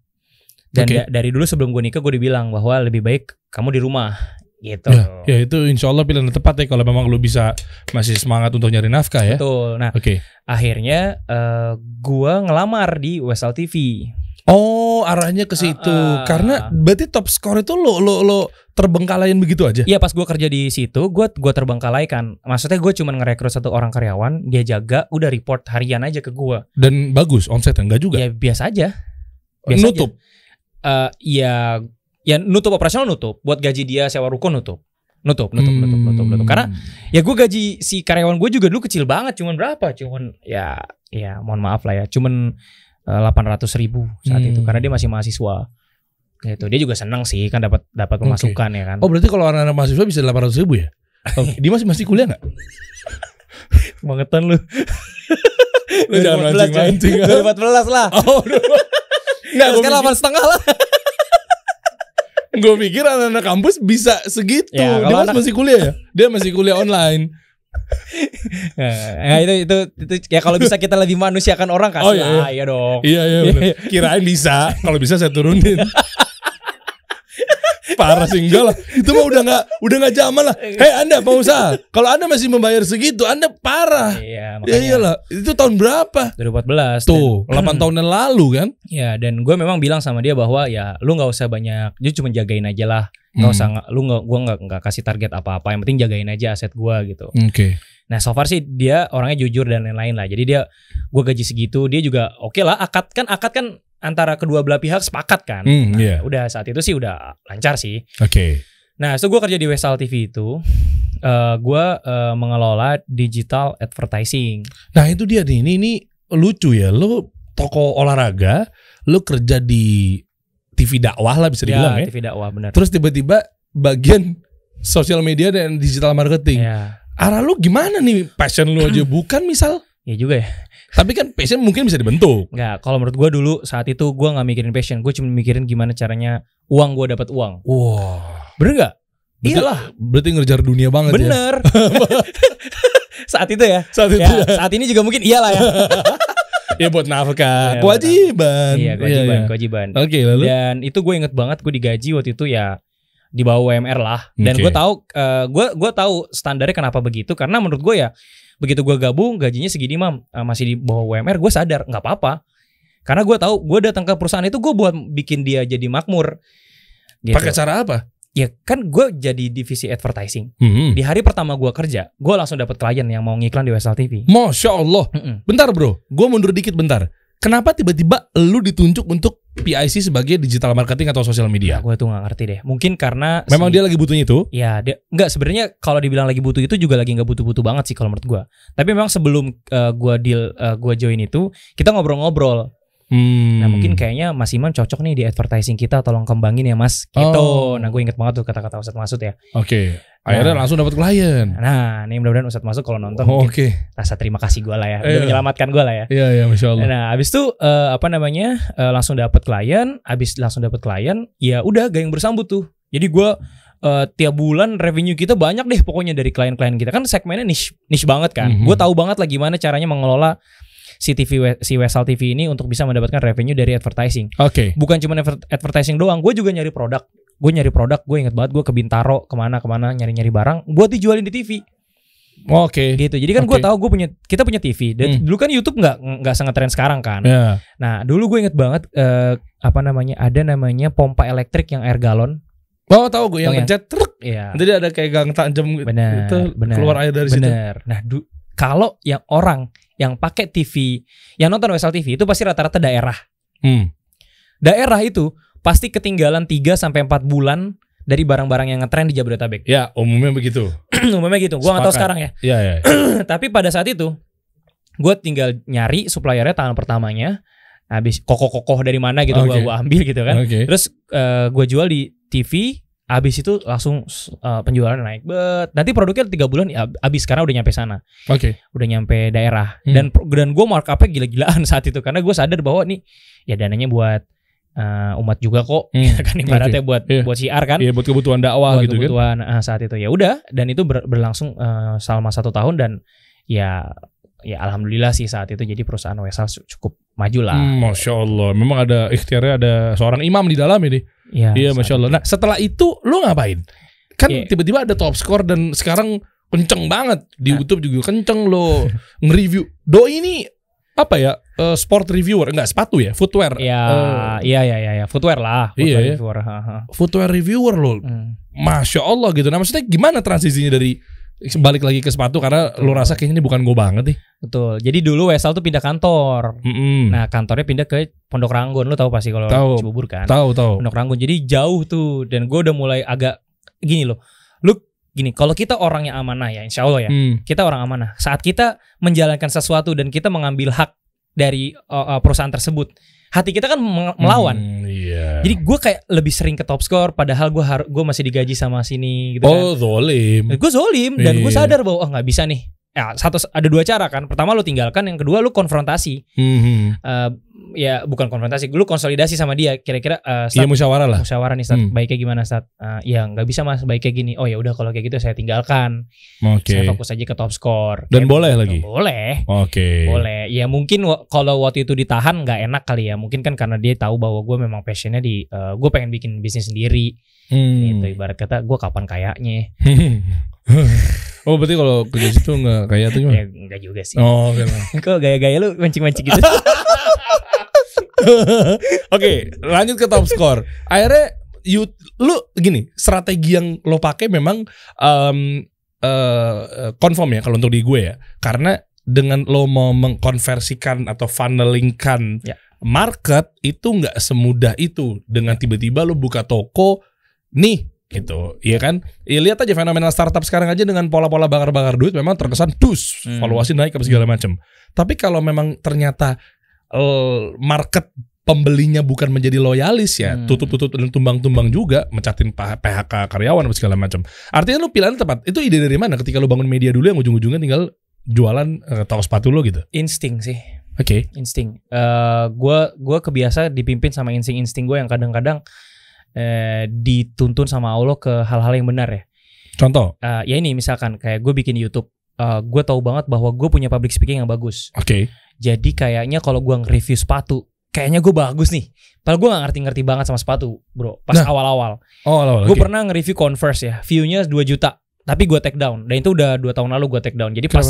[SPEAKER 1] Dan
[SPEAKER 2] Oke.
[SPEAKER 1] da- dari dulu sebelum gue nikah gue dibilang bahwa lebih baik kamu di rumah gitu.
[SPEAKER 2] Ya, ya itu insya Allah pilihan yang tepat ya kalau memang lo bisa masih semangat untuk nyari nafkah ya.
[SPEAKER 1] Betul. Nah,
[SPEAKER 2] Oke.
[SPEAKER 1] akhirnya eh, gua ngelamar di Wesal TV.
[SPEAKER 2] Oh arahnya ke situ
[SPEAKER 1] Ah, ah.
[SPEAKER 2] karena berarti top score itu lo lo lo terbengkalain begitu aja.
[SPEAKER 1] Iya pas gua kerja di situ, gua gua terbengkalaikan. Maksudnya gua cuma ngerekrut satu orang karyawan, dia jaga, udah report harian aja ke gua.
[SPEAKER 2] Dan bagus omsetnya enggak juga.
[SPEAKER 1] Ya biasa aja. Biasa
[SPEAKER 2] Nutup.
[SPEAKER 1] Aja. Eh, ya, ya nutup operasional nutup. Buat gaji dia sewa ruko nutup. Nutup, nutup,
[SPEAKER 2] Hmm.
[SPEAKER 1] nutup, nutup, nutup. Karena ya gue gaji si karyawan gue juga dulu kecil banget cuman berapa cuman ya ya mohon maaf lah ya cuman eh, delapan ratus ribu saat
[SPEAKER 2] Hmm.
[SPEAKER 1] itu karena dia masih mahasiswa gitu dia juga senang sih kan dapat dapat pemasukan ya kan
[SPEAKER 2] Oh berarti kalau anak-anak mahasiswa bisa 800 ribu ya? Oke. Dia masih masih kuliah nggak?
[SPEAKER 1] bangetan lu
[SPEAKER 2] Lu jangan mancing-mancing.
[SPEAKER 1] ah. 2014 lah
[SPEAKER 2] Oh, nggak
[SPEAKER 1] sekarang
[SPEAKER 2] gue pikir,
[SPEAKER 1] delapan setengah lah
[SPEAKER 2] gua pikir anak-anak kampus bisa segitu.
[SPEAKER 1] Ya,
[SPEAKER 2] dia
[SPEAKER 1] kalau
[SPEAKER 2] masih,
[SPEAKER 1] anak-
[SPEAKER 2] masih kuliah ya? Dia masih kuliah online.
[SPEAKER 1] ya, itu, itu itu ya kalau bisa kita lebih manusiakan orang kan
[SPEAKER 2] Oh, iya, iya.
[SPEAKER 1] lah iya dong
[SPEAKER 2] Iya iya bener. Kirain bisa Kalau bisa saya turunin Parah sih enggak lah Itu mah udah gak Udah gak zaman lah
[SPEAKER 1] Iya.
[SPEAKER 2] Hei anda pengusaha Kalau anda masih membayar segitu Anda parah
[SPEAKER 1] iya
[SPEAKER 2] Ya
[SPEAKER 1] makanya Iya.
[SPEAKER 2] iyalah Itu tahun berapa
[SPEAKER 1] 2014 dan-
[SPEAKER 2] Tuh 8 tahun yang lalu kan
[SPEAKER 1] Ya dan gue memang bilang sama dia bahwa ya lu nggak usah banyak, lu cuma jagain aja lah, nggak
[SPEAKER 2] Hmm.
[SPEAKER 1] usah nggak- lu nggak gue nggak nggak kasih target apa-apa, yang penting jagain aja aset gue gitu.
[SPEAKER 2] Oke
[SPEAKER 1] Nah so far sih dia orangnya jujur dan lain-lain lah, jadi dia gue gaji segitu, dia juga oke lah, akad kan akad kan antara kedua belah pihak sepakat kan.
[SPEAKER 2] Hmm,
[SPEAKER 1] Nah,
[SPEAKER 2] iya.
[SPEAKER 1] Udah saat itu sih udah lancar sih.
[SPEAKER 2] Oke
[SPEAKER 1] Nah, so gue kerja di Wesal TV itu, eh gue eh, mengelola digital advertising.
[SPEAKER 2] Nah itu dia nih, ini, ini lucu ya. Lu toko olahraga, lu kerja di TV dakwah lah bisa
[SPEAKER 1] Iya,
[SPEAKER 2] dibilang ya.
[SPEAKER 1] TV dakwah benar.
[SPEAKER 2] Terus tiba-tiba bagian sosial media dan digital marketing.
[SPEAKER 1] Ya,
[SPEAKER 2] Arah lu gimana nih passion lu aja bukan misal?
[SPEAKER 1] ya juga ya.
[SPEAKER 2] Tapi kan passion mungkin bisa dibentuk.
[SPEAKER 1] Nggak, kalau menurut gue dulu saat itu gue nggak mikirin passion, gue cuma mikirin gimana caranya uang gue dapat uang.
[SPEAKER 2] Wah.
[SPEAKER 1] Bener nggak?
[SPEAKER 2] Berarti-
[SPEAKER 1] Iyalah,
[SPEAKER 2] Berarti ngejar dunia banget ya.
[SPEAKER 1] Iya. bener. Oh, saat itu ya.
[SPEAKER 2] Saat itu
[SPEAKER 1] Ya, saat ini juga mungkin iyalah ya.
[SPEAKER 2] ya buat
[SPEAKER 1] Iya,
[SPEAKER 2] nafkah,
[SPEAKER 1] buat
[SPEAKER 2] kewajiban.
[SPEAKER 1] iya, kewajiban, Ya,
[SPEAKER 2] Iya, iya.
[SPEAKER 1] kewajiban.
[SPEAKER 2] Oke, lalu
[SPEAKER 1] Dan itu gue inget banget gue digaji waktu itu ya di bawah UMR lah. Dan
[SPEAKER 2] Oke.
[SPEAKER 1] gue tahu eh, gue gue tahu standarnya kenapa begitu karena menurut gue ya begitu gue gabung gajinya segini mam eh, masih di bawah UMR gue sadar nggak apa-apa karena gue tahu gue datang ke perusahaan itu gue buat bikin dia jadi makmur. Gitu.
[SPEAKER 2] pakai cara apa?
[SPEAKER 1] ya kan gue jadi divisi advertising.
[SPEAKER 2] Hmm.
[SPEAKER 1] Di hari pertama gue kerja gue langsung dapet klien yang mau ngiklan di Wesal TV.
[SPEAKER 2] Masya Allah.
[SPEAKER 1] Mm-mm.
[SPEAKER 2] Bentar bro, gue mundur dikit bentar. Kenapa tiba-tiba lu ditunjuk untuk PIC sebagai digital marketing atau sosial media?
[SPEAKER 1] Gue tuh nggak ngerti deh. Mungkin karena
[SPEAKER 2] Memang
[SPEAKER 1] segi-
[SPEAKER 2] dia lagi butuhnya itu?
[SPEAKER 1] Ya, dia, enggak sebenarnya kalau dibilang lagi butuh itu juga lagi nggak butuh-butuh banget sih kalau menurut gua. Tapi memang sebelum eh, gua deal eh, gua join itu, kita ngobrol-ngobrol.
[SPEAKER 2] Hmm.
[SPEAKER 1] Nah, mungkin kayaknya Mas Iman cocok nih di advertising kita, tolong kembangin ya Mas. Gitu.
[SPEAKER 2] Oh.
[SPEAKER 1] Nah, gue inget banget tuh kata-kata Ustadz Masud ya.
[SPEAKER 2] Oke. Akhirnya
[SPEAKER 1] Nah.
[SPEAKER 2] langsung dapat klien.
[SPEAKER 1] Nah, ini mudah-mudahan Ustadz Masud kalau nonton
[SPEAKER 2] Oh,
[SPEAKER 1] mungkin
[SPEAKER 2] Oke.
[SPEAKER 1] rasa terima kasih gua lah ya. Udah
[SPEAKER 2] Iya.
[SPEAKER 1] menyelamatkan gua lah ya.
[SPEAKER 2] Iya iya masya Allah.
[SPEAKER 1] Nah, habis itu eh, apa namanya? eh, langsung dapat klien, habis langsung dapat klien, ya udah gayung bersambut tuh. Jadi gua eh, tiap bulan revenue kita banyak deh pokoknya dari klien-klien kita kan segmennya niche niche banget kan.
[SPEAKER 2] Mhm.
[SPEAKER 1] Gua tahu banget lah gimana caranya mengelola si TV we- si Wesal TV ini untuk bisa mendapatkan revenue dari advertising.
[SPEAKER 2] Oke.
[SPEAKER 1] Bukan cuma adver- advertising doang, gue juga nyari produk. Gue nyari produk, gue inget banget gue ke Bintaro kemana-kemana nyari-nyari barang, buat dijualin di TV
[SPEAKER 2] Oke.
[SPEAKER 1] gitu. Jadi kan gua
[SPEAKER 2] Oke.
[SPEAKER 1] tahu gue punya kita punya TV dan
[SPEAKER 2] Hmm.
[SPEAKER 1] dulu kan YouTube nggak nggak sangat tren sekarang kan.
[SPEAKER 2] Ya.
[SPEAKER 1] Nah, dulu gue inget banget eh, apa namanya? Ada namanya pompa elektrik yang air galon.
[SPEAKER 2] Oh Ah. tahu gue
[SPEAKER 1] Tau
[SPEAKER 2] yang
[SPEAKER 1] ya?
[SPEAKER 2] pencet. truk.
[SPEAKER 1] Iya.
[SPEAKER 2] Nanti dia ada kayak gang tajam gitu.
[SPEAKER 1] Benar,
[SPEAKER 2] Itu
[SPEAKER 1] benar,
[SPEAKER 2] keluar air dari situ.
[SPEAKER 1] Bener. Nah, du- kalau yang orang yang pakai TV, yang nonton Wesel TV itu pasti rata-rata daerah.
[SPEAKER 2] Hmm.
[SPEAKER 1] Daerah itu pasti ketinggalan 3 sampai 4 bulan dari barang-barang yang ngetren di Jabodetabek.
[SPEAKER 2] Ya umumnya begitu.
[SPEAKER 1] Umumnya gitu. Gua nggak tahu
[SPEAKER 2] Sepakat.
[SPEAKER 1] sekarang ya.
[SPEAKER 2] Iya iya.
[SPEAKER 1] Tapi pada saat itu gue tinggal nyari suppliernya tangan pertamanya habis kokoh-kokoh dari mana gitu gua
[SPEAKER 2] Oh, Oke.
[SPEAKER 1] gua ambil gitu kan.
[SPEAKER 2] Oke.
[SPEAKER 1] Terus gue jual di TV, abis itu langsung eh, penjualan naik. But nanti produknya tiga bulan ya, abis karena udah nyampe sana,
[SPEAKER 2] Oke.
[SPEAKER 1] udah nyampe daerah.
[SPEAKER 2] Hmm.
[SPEAKER 1] Dan pro- dan gue markupnya gila-gilaan saat itu karena gue sadar bahwa nih ya dananya buat eh, umat juga kok,
[SPEAKER 2] Hmm.
[SPEAKER 1] kan ibaratnya buat
[SPEAKER 2] Iya.
[SPEAKER 1] buat siar kan.
[SPEAKER 2] Iya buat kebutuhan dakwah
[SPEAKER 1] buat
[SPEAKER 2] gitu kan.
[SPEAKER 1] kebutuhan eh, saat itu ya udah dan itu ber- berlangsung eh, selama satu tahun dan ya ya alhamdulillah sih saat itu jadi perusahaan Wesal cukup maju lah
[SPEAKER 2] Hmm, Masya Allah, memang ada ikhtiarnya ada seorang imam di dalam ini.
[SPEAKER 1] ya
[SPEAKER 2] Iya,
[SPEAKER 1] saat
[SPEAKER 2] masya Allah. Nah, setelah itu lu ngapain? Kan
[SPEAKER 1] Iya.
[SPEAKER 2] tiba-tiba ada top score dan sekarang kenceng banget di
[SPEAKER 1] Nah.
[SPEAKER 2] YouTube juga kenceng lo nge-review. Do ini apa ya? eh, sport reviewer enggak sepatu ya, footwear.
[SPEAKER 1] Ya,
[SPEAKER 2] Eh,
[SPEAKER 1] iya iya iya, iya. footwear lah,
[SPEAKER 2] Iya,
[SPEAKER 1] footwear
[SPEAKER 2] iya.
[SPEAKER 1] reviewer. ha, ha.
[SPEAKER 2] footwear reviewer lo.
[SPEAKER 1] Hmm.
[SPEAKER 2] Masya Allah gitu. Nah, maksudnya gimana transisinya dari balik lagi ke sepatu karena lo rasa kayaknya ini bukan gue banget nih.
[SPEAKER 1] Betul. Jadi dulu Wesal tuh pindah kantor.
[SPEAKER 2] Mm-mm.
[SPEAKER 1] Nah, kantornya pindah ke Pondok Ranggon. Lu tahu pasti kalau
[SPEAKER 2] Hmm. Tahu.
[SPEAKER 1] Cibubur kan.
[SPEAKER 2] tahu tahu.
[SPEAKER 1] Pondok Ranggon. Jadi jauh tuh dan gue udah mulai agak gini loh. Lu gini, kalau kita orang yang amanah ya, insya Allah ya.
[SPEAKER 2] Hmm.
[SPEAKER 1] Kita orang amanah. Saat kita menjalankan sesuatu dan kita mengambil hak dari uh, uh, perusahaan tersebut, hati kita kan meng- melawan.
[SPEAKER 2] Hmm, Iya.
[SPEAKER 1] Jadi gue kayak lebih sering ke top score padahal gue har- gue masih digaji sama sini gitu kan.
[SPEAKER 2] oh, zolim.
[SPEAKER 1] gue zolim dan gue
[SPEAKER 2] Iya.
[SPEAKER 1] sadar bahwa oh nggak bisa nih ya satu ada dua cara kan pertama lu tinggalkan yang kedua lu konfrontasi
[SPEAKER 2] Mhm.
[SPEAKER 1] Eh, ya bukan konfrontasi lu konsolidasi sama dia kira-kira eh, Stat,
[SPEAKER 2] Iya musyawarah lah.
[SPEAKER 1] musyawarah nih Stat,
[SPEAKER 2] Hmm.
[SPEAKER 1] baiknya gimana Stat Eh, ya nggak bisa mas baiknya gini oh ya udah kalau kayak gitu saya tinggalkan
[SPEAKER 2] Oke.
[SPEAKER 1] saya fokus aja ke top score
[SPEAKER 2] Dan
[SPEAKER 1] Kayak
[SPEAKER 2] boleh
[SPEAKER 1] begitu.
[SPEAKER 2] lagi?
[SPEAKER 1] boleh
[SPEAKER 2] Oke.
[SPEAKER 1] boleh ya mungkin wa- kalau waktu itu ditahan nggak enak kali ya mungkin kan karena dia tahu bahwa gue memang passionnya di eh, gue pengen bikin bisnis sendiri
[SPEAKER 2] Hmm.
[SPEAKER 1] gitu ibarat kata gue kapan kayaknya
[SPEAKER 2] oh berarti kalau kerja situ nggak kayak tuh gimana?
[SPEAKER 1] ya nggak juga sih
[SPEAKER 2] Hmm. Oh, oke.
[SPEAKER 1] Kok gaya-gaya lu mancing-mancing gitu?
[SPEAKER 2] Oke, lanjut ke top score. Akhirnya you, lu gini, strategi yang lo pakai memang em, eh, konform ya kalau untuk di gue ya. Karena dengan lo mau mengkonversikan atau funnelingkan
[SPEAKER 1] Ya.
[SPEAKER 2] market itu nggak semudah itu dengan tiba-tiba lo buka toko nih gitu iya kan ya, lihat aja fenomena startup sekarang aja dengan pola-pola bakar-bakar duit memang terkesan dus
[SPEAKER 1] Hmm.
[SPEAKER 2] valuasi naik apa segala macam tapi kalau memang ternyata eh, market pembelinya bukan menjadi loyalis ya
[SPEAKER 1] Hmm.
[SPEAKER 2] tutup-tutup dan tumbang-tumbang juga mencatin P- PHK karyawan apa segala macam artinya lu pilihan tepat itu ide dari mana ketika lu bangun media dulu yang ujung-ujungnya tinggal jualan eh, toko sepatu lo gitu
[SPEAKER 1] insting sih
[SPEAKER 2] oke
[SPEAKER 1] insting Eh, gua gua kebiasa dipimpin sama insting-insting gue yang kadang-kadang eh, dituntun sama Allah ke hal-hal yang benar ya
[SPEAKER 2] contoh
[SPEAKER 1] Eh, ya ini misalkan kayak gue bikin YouTube Eh, gue tahu banget bahwa gue punya public speaking yang bagus
[SPEAKER 2] oke
[SPEAKER 1] jadi kayaknya kalau gue nge-review sepatu kayaknya gue bagus nih padahal gue gak ngerti-ngerti banget sama sepatu bro pas
[SPEAKER 2] Nah.
[SPEAKER 1] awal-awal
[SPEAKER 2] oh awal
[SPEAKER 1] Gue pernah nge-review Converse ya, view-nya 2 juta, tapi gue take down. Dan itu udah 2 tahun lalu gue take down. Jadi pas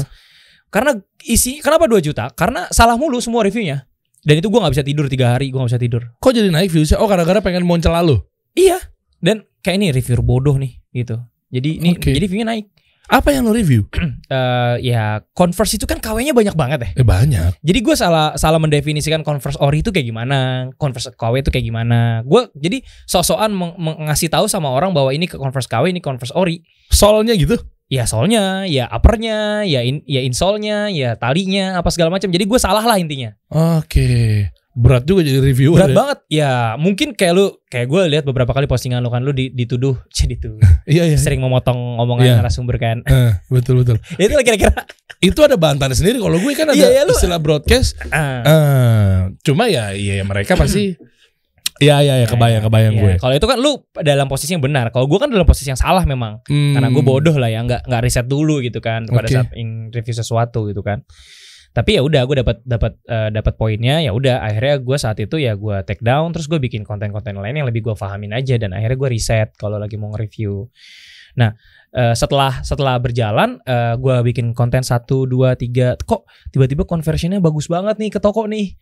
[SPEAKER 1] karena isi kenapa 2 juta? Karena salah mulu semua reviewnya. Dan itu gue nggak bisa tidur tiga hari, gue nggak bisa tidur.
[SPEAKER 2] kok jadi naik viewsnya oh gara-gara pengen muncul lalu
[SPEAKER 1] Iya. Dan kayak ini review bodoh nih gitu. Jadi ini
[SPEAKER 2] Oke.
[SPEAKER 1] jadi view-nya naik.
[SPEAKER 2] apa yang lo review
[SPEAKER 1] Eh, ya Converse itu kan KW-nya banyak banget ya.
[SPEAKER 2] eh banyak
[SPEAKER 1] Jadi gue salah salah mendefinisikan Converse ori itu kayak gimana, Converse KW itu kayak gimana. Gue jadi sosokan meng- meng- ngasih tahu sama orang bahwa ini ke Converse KW, ini Converse ori.
[SPEAKER 2] solnya gitu
[SPEAKER 1] ya solnya, ya uppernya, ya in, ya insolnya, ya talinya, apa segala macam. Jadi gue salah lah intinya.
[SPEAKER 2] Oke, berat juga jadi reviewer.
[SPEAKER 1] Berat
[SPEAKER 2] ya.
[SPEAKER 1] banget. Ya mungkin kayak lu, kayak gue lihat beberapa kali postingan lu kan lu di- dituduh jadi tuh
[SPEAKER 2] Iya iya.
[SPEAKER 1] sering memotong omongan
[SPEAKER 2] Iya.
[SPEAKER 1] narasumber kan.
[SPEAKER 2] Eh, betul betul.
[SPEAKER 1] itu lah kira-kira.
[SPEAKER 2] Itu ada bantahan sendiri. Kalau gue kan ada
[SPEAKER 1] Iya, iya, lu-
[SPEAKER 2] istilah broadcast.
[SPEAKER 1] Ah.
[SPEAKER 2] Eh, cuma ya, iya mereka pasti. Iya iya ya, kebayang kebayang
[SPEAKER 1] Ya,
[SPEAKER 2] gue.
[SPEAKER 1] Kalau itu kan lu dalam posisi yang benar. Kalau gue kan dalam posisi yang salah memang.
[SPEAKER 2] Hmm.
[SPEAKER 1] Karena gue bodoh lah ya, nggak nggak riset dulu gitu kan pada
[SPEAKER 2] Oke.
[SPEAKER 1] saat in- review sesuatu gitu kan. Tapi ya udah gue dapat dapat eh, dapat poinnya ya udah akhirnya gue saat itu ya gue take down terus gue bikin konten-konten lain yang lebih gue pahamin aja dan akhirnya gue riset kalau lagi mau nge-review. Nah, eh, setelah setelah berjalan eh, gue bikin konten 1 2 3 kok tiba-tiba conversionnya bagus banget nih ke toko nih.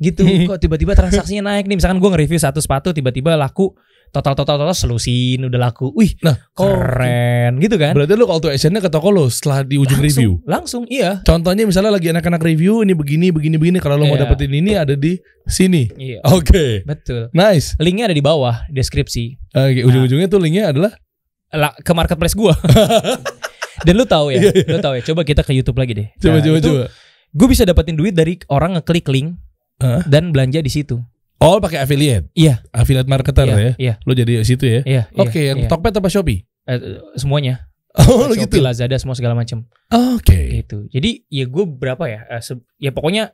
[SPEAKER 1] Gitu kok tiba-tiba transaksinya naik nih misalkan gue nge-review satu sepatu tiba-tiba laku total total total selusin udah laku. Wih,
[SPEAKER 2] Nah, kok-
[SPEAKER 1] keren gitu kan?
[SPEAKER 2] Berarti lu call to actionnya ke toko lo setelah di
[SPEAKER 1] langsung,
[SPEAKER 2] ujung review.
[SPEAKER 1] Langsung, iya.
[SPEAKER 2] Contohnya misalnya lagi anak-anak review ini begini begini begini. Kalau lo mau
[SPEAKER 1] Iya.
[SPEAKER 2] dapetin ini ada di sini.
[SPEAKER 1] Iya.
[SPEAKER 2] Oke,
[SPEAKER 1] Betul.
[SPEAKER 2] nice.
[SPEAKER 1] Linknya ada di bawah deskripsi. Nah.
[SPEAKER 2] Oke, ujung-ujungnya tuh linknya adalah
[SPEAKER 1] La- ke marketplace gua. Dan lu tahu ya, lu tahu ya. Coba kita ke YouTube lagi deh.
[SPEAKER 2] coba coba coba.
[SPEAKER 1] Gue bisa dapetin duit dari orang ngeklik link
[SPEAKER 2] Hah?
[SPEAKER 1] dan belanja di situ.
[SPEAKER 2] Oh, pakai affiliate.
[SPEAKER 1] Iya.
[SPEAKER 2] Affiliate marketer
[SPEAKER 1] iya,
[SPEAKER 2] ya.
[SPEAKER 1] iya,
[SPEAKER 2] Lo jadi situ ya.
[SPEAKER 1] iya.
[SPEAKER 2] Oke,
[SPEAKER 1] iya,
[SPEAKER 2] yang
[SPEAKER 1] iya.
[SPEAKER 2] Tokped apa Shopee?
[SPEAKER 1] Eh, eh, semuanya.
[SPEAKER 2] Oh, lo
[SPEAKER 1] Shopee,
[SPEAKER 2] gitu.
[SPEAKER 1] Lazada semua segala macam.
[SPEAKER 2] Oke.
[SPEAKER 1] Gitu. Jadi ya gue berapa ya? Eh, se- ya pokoknya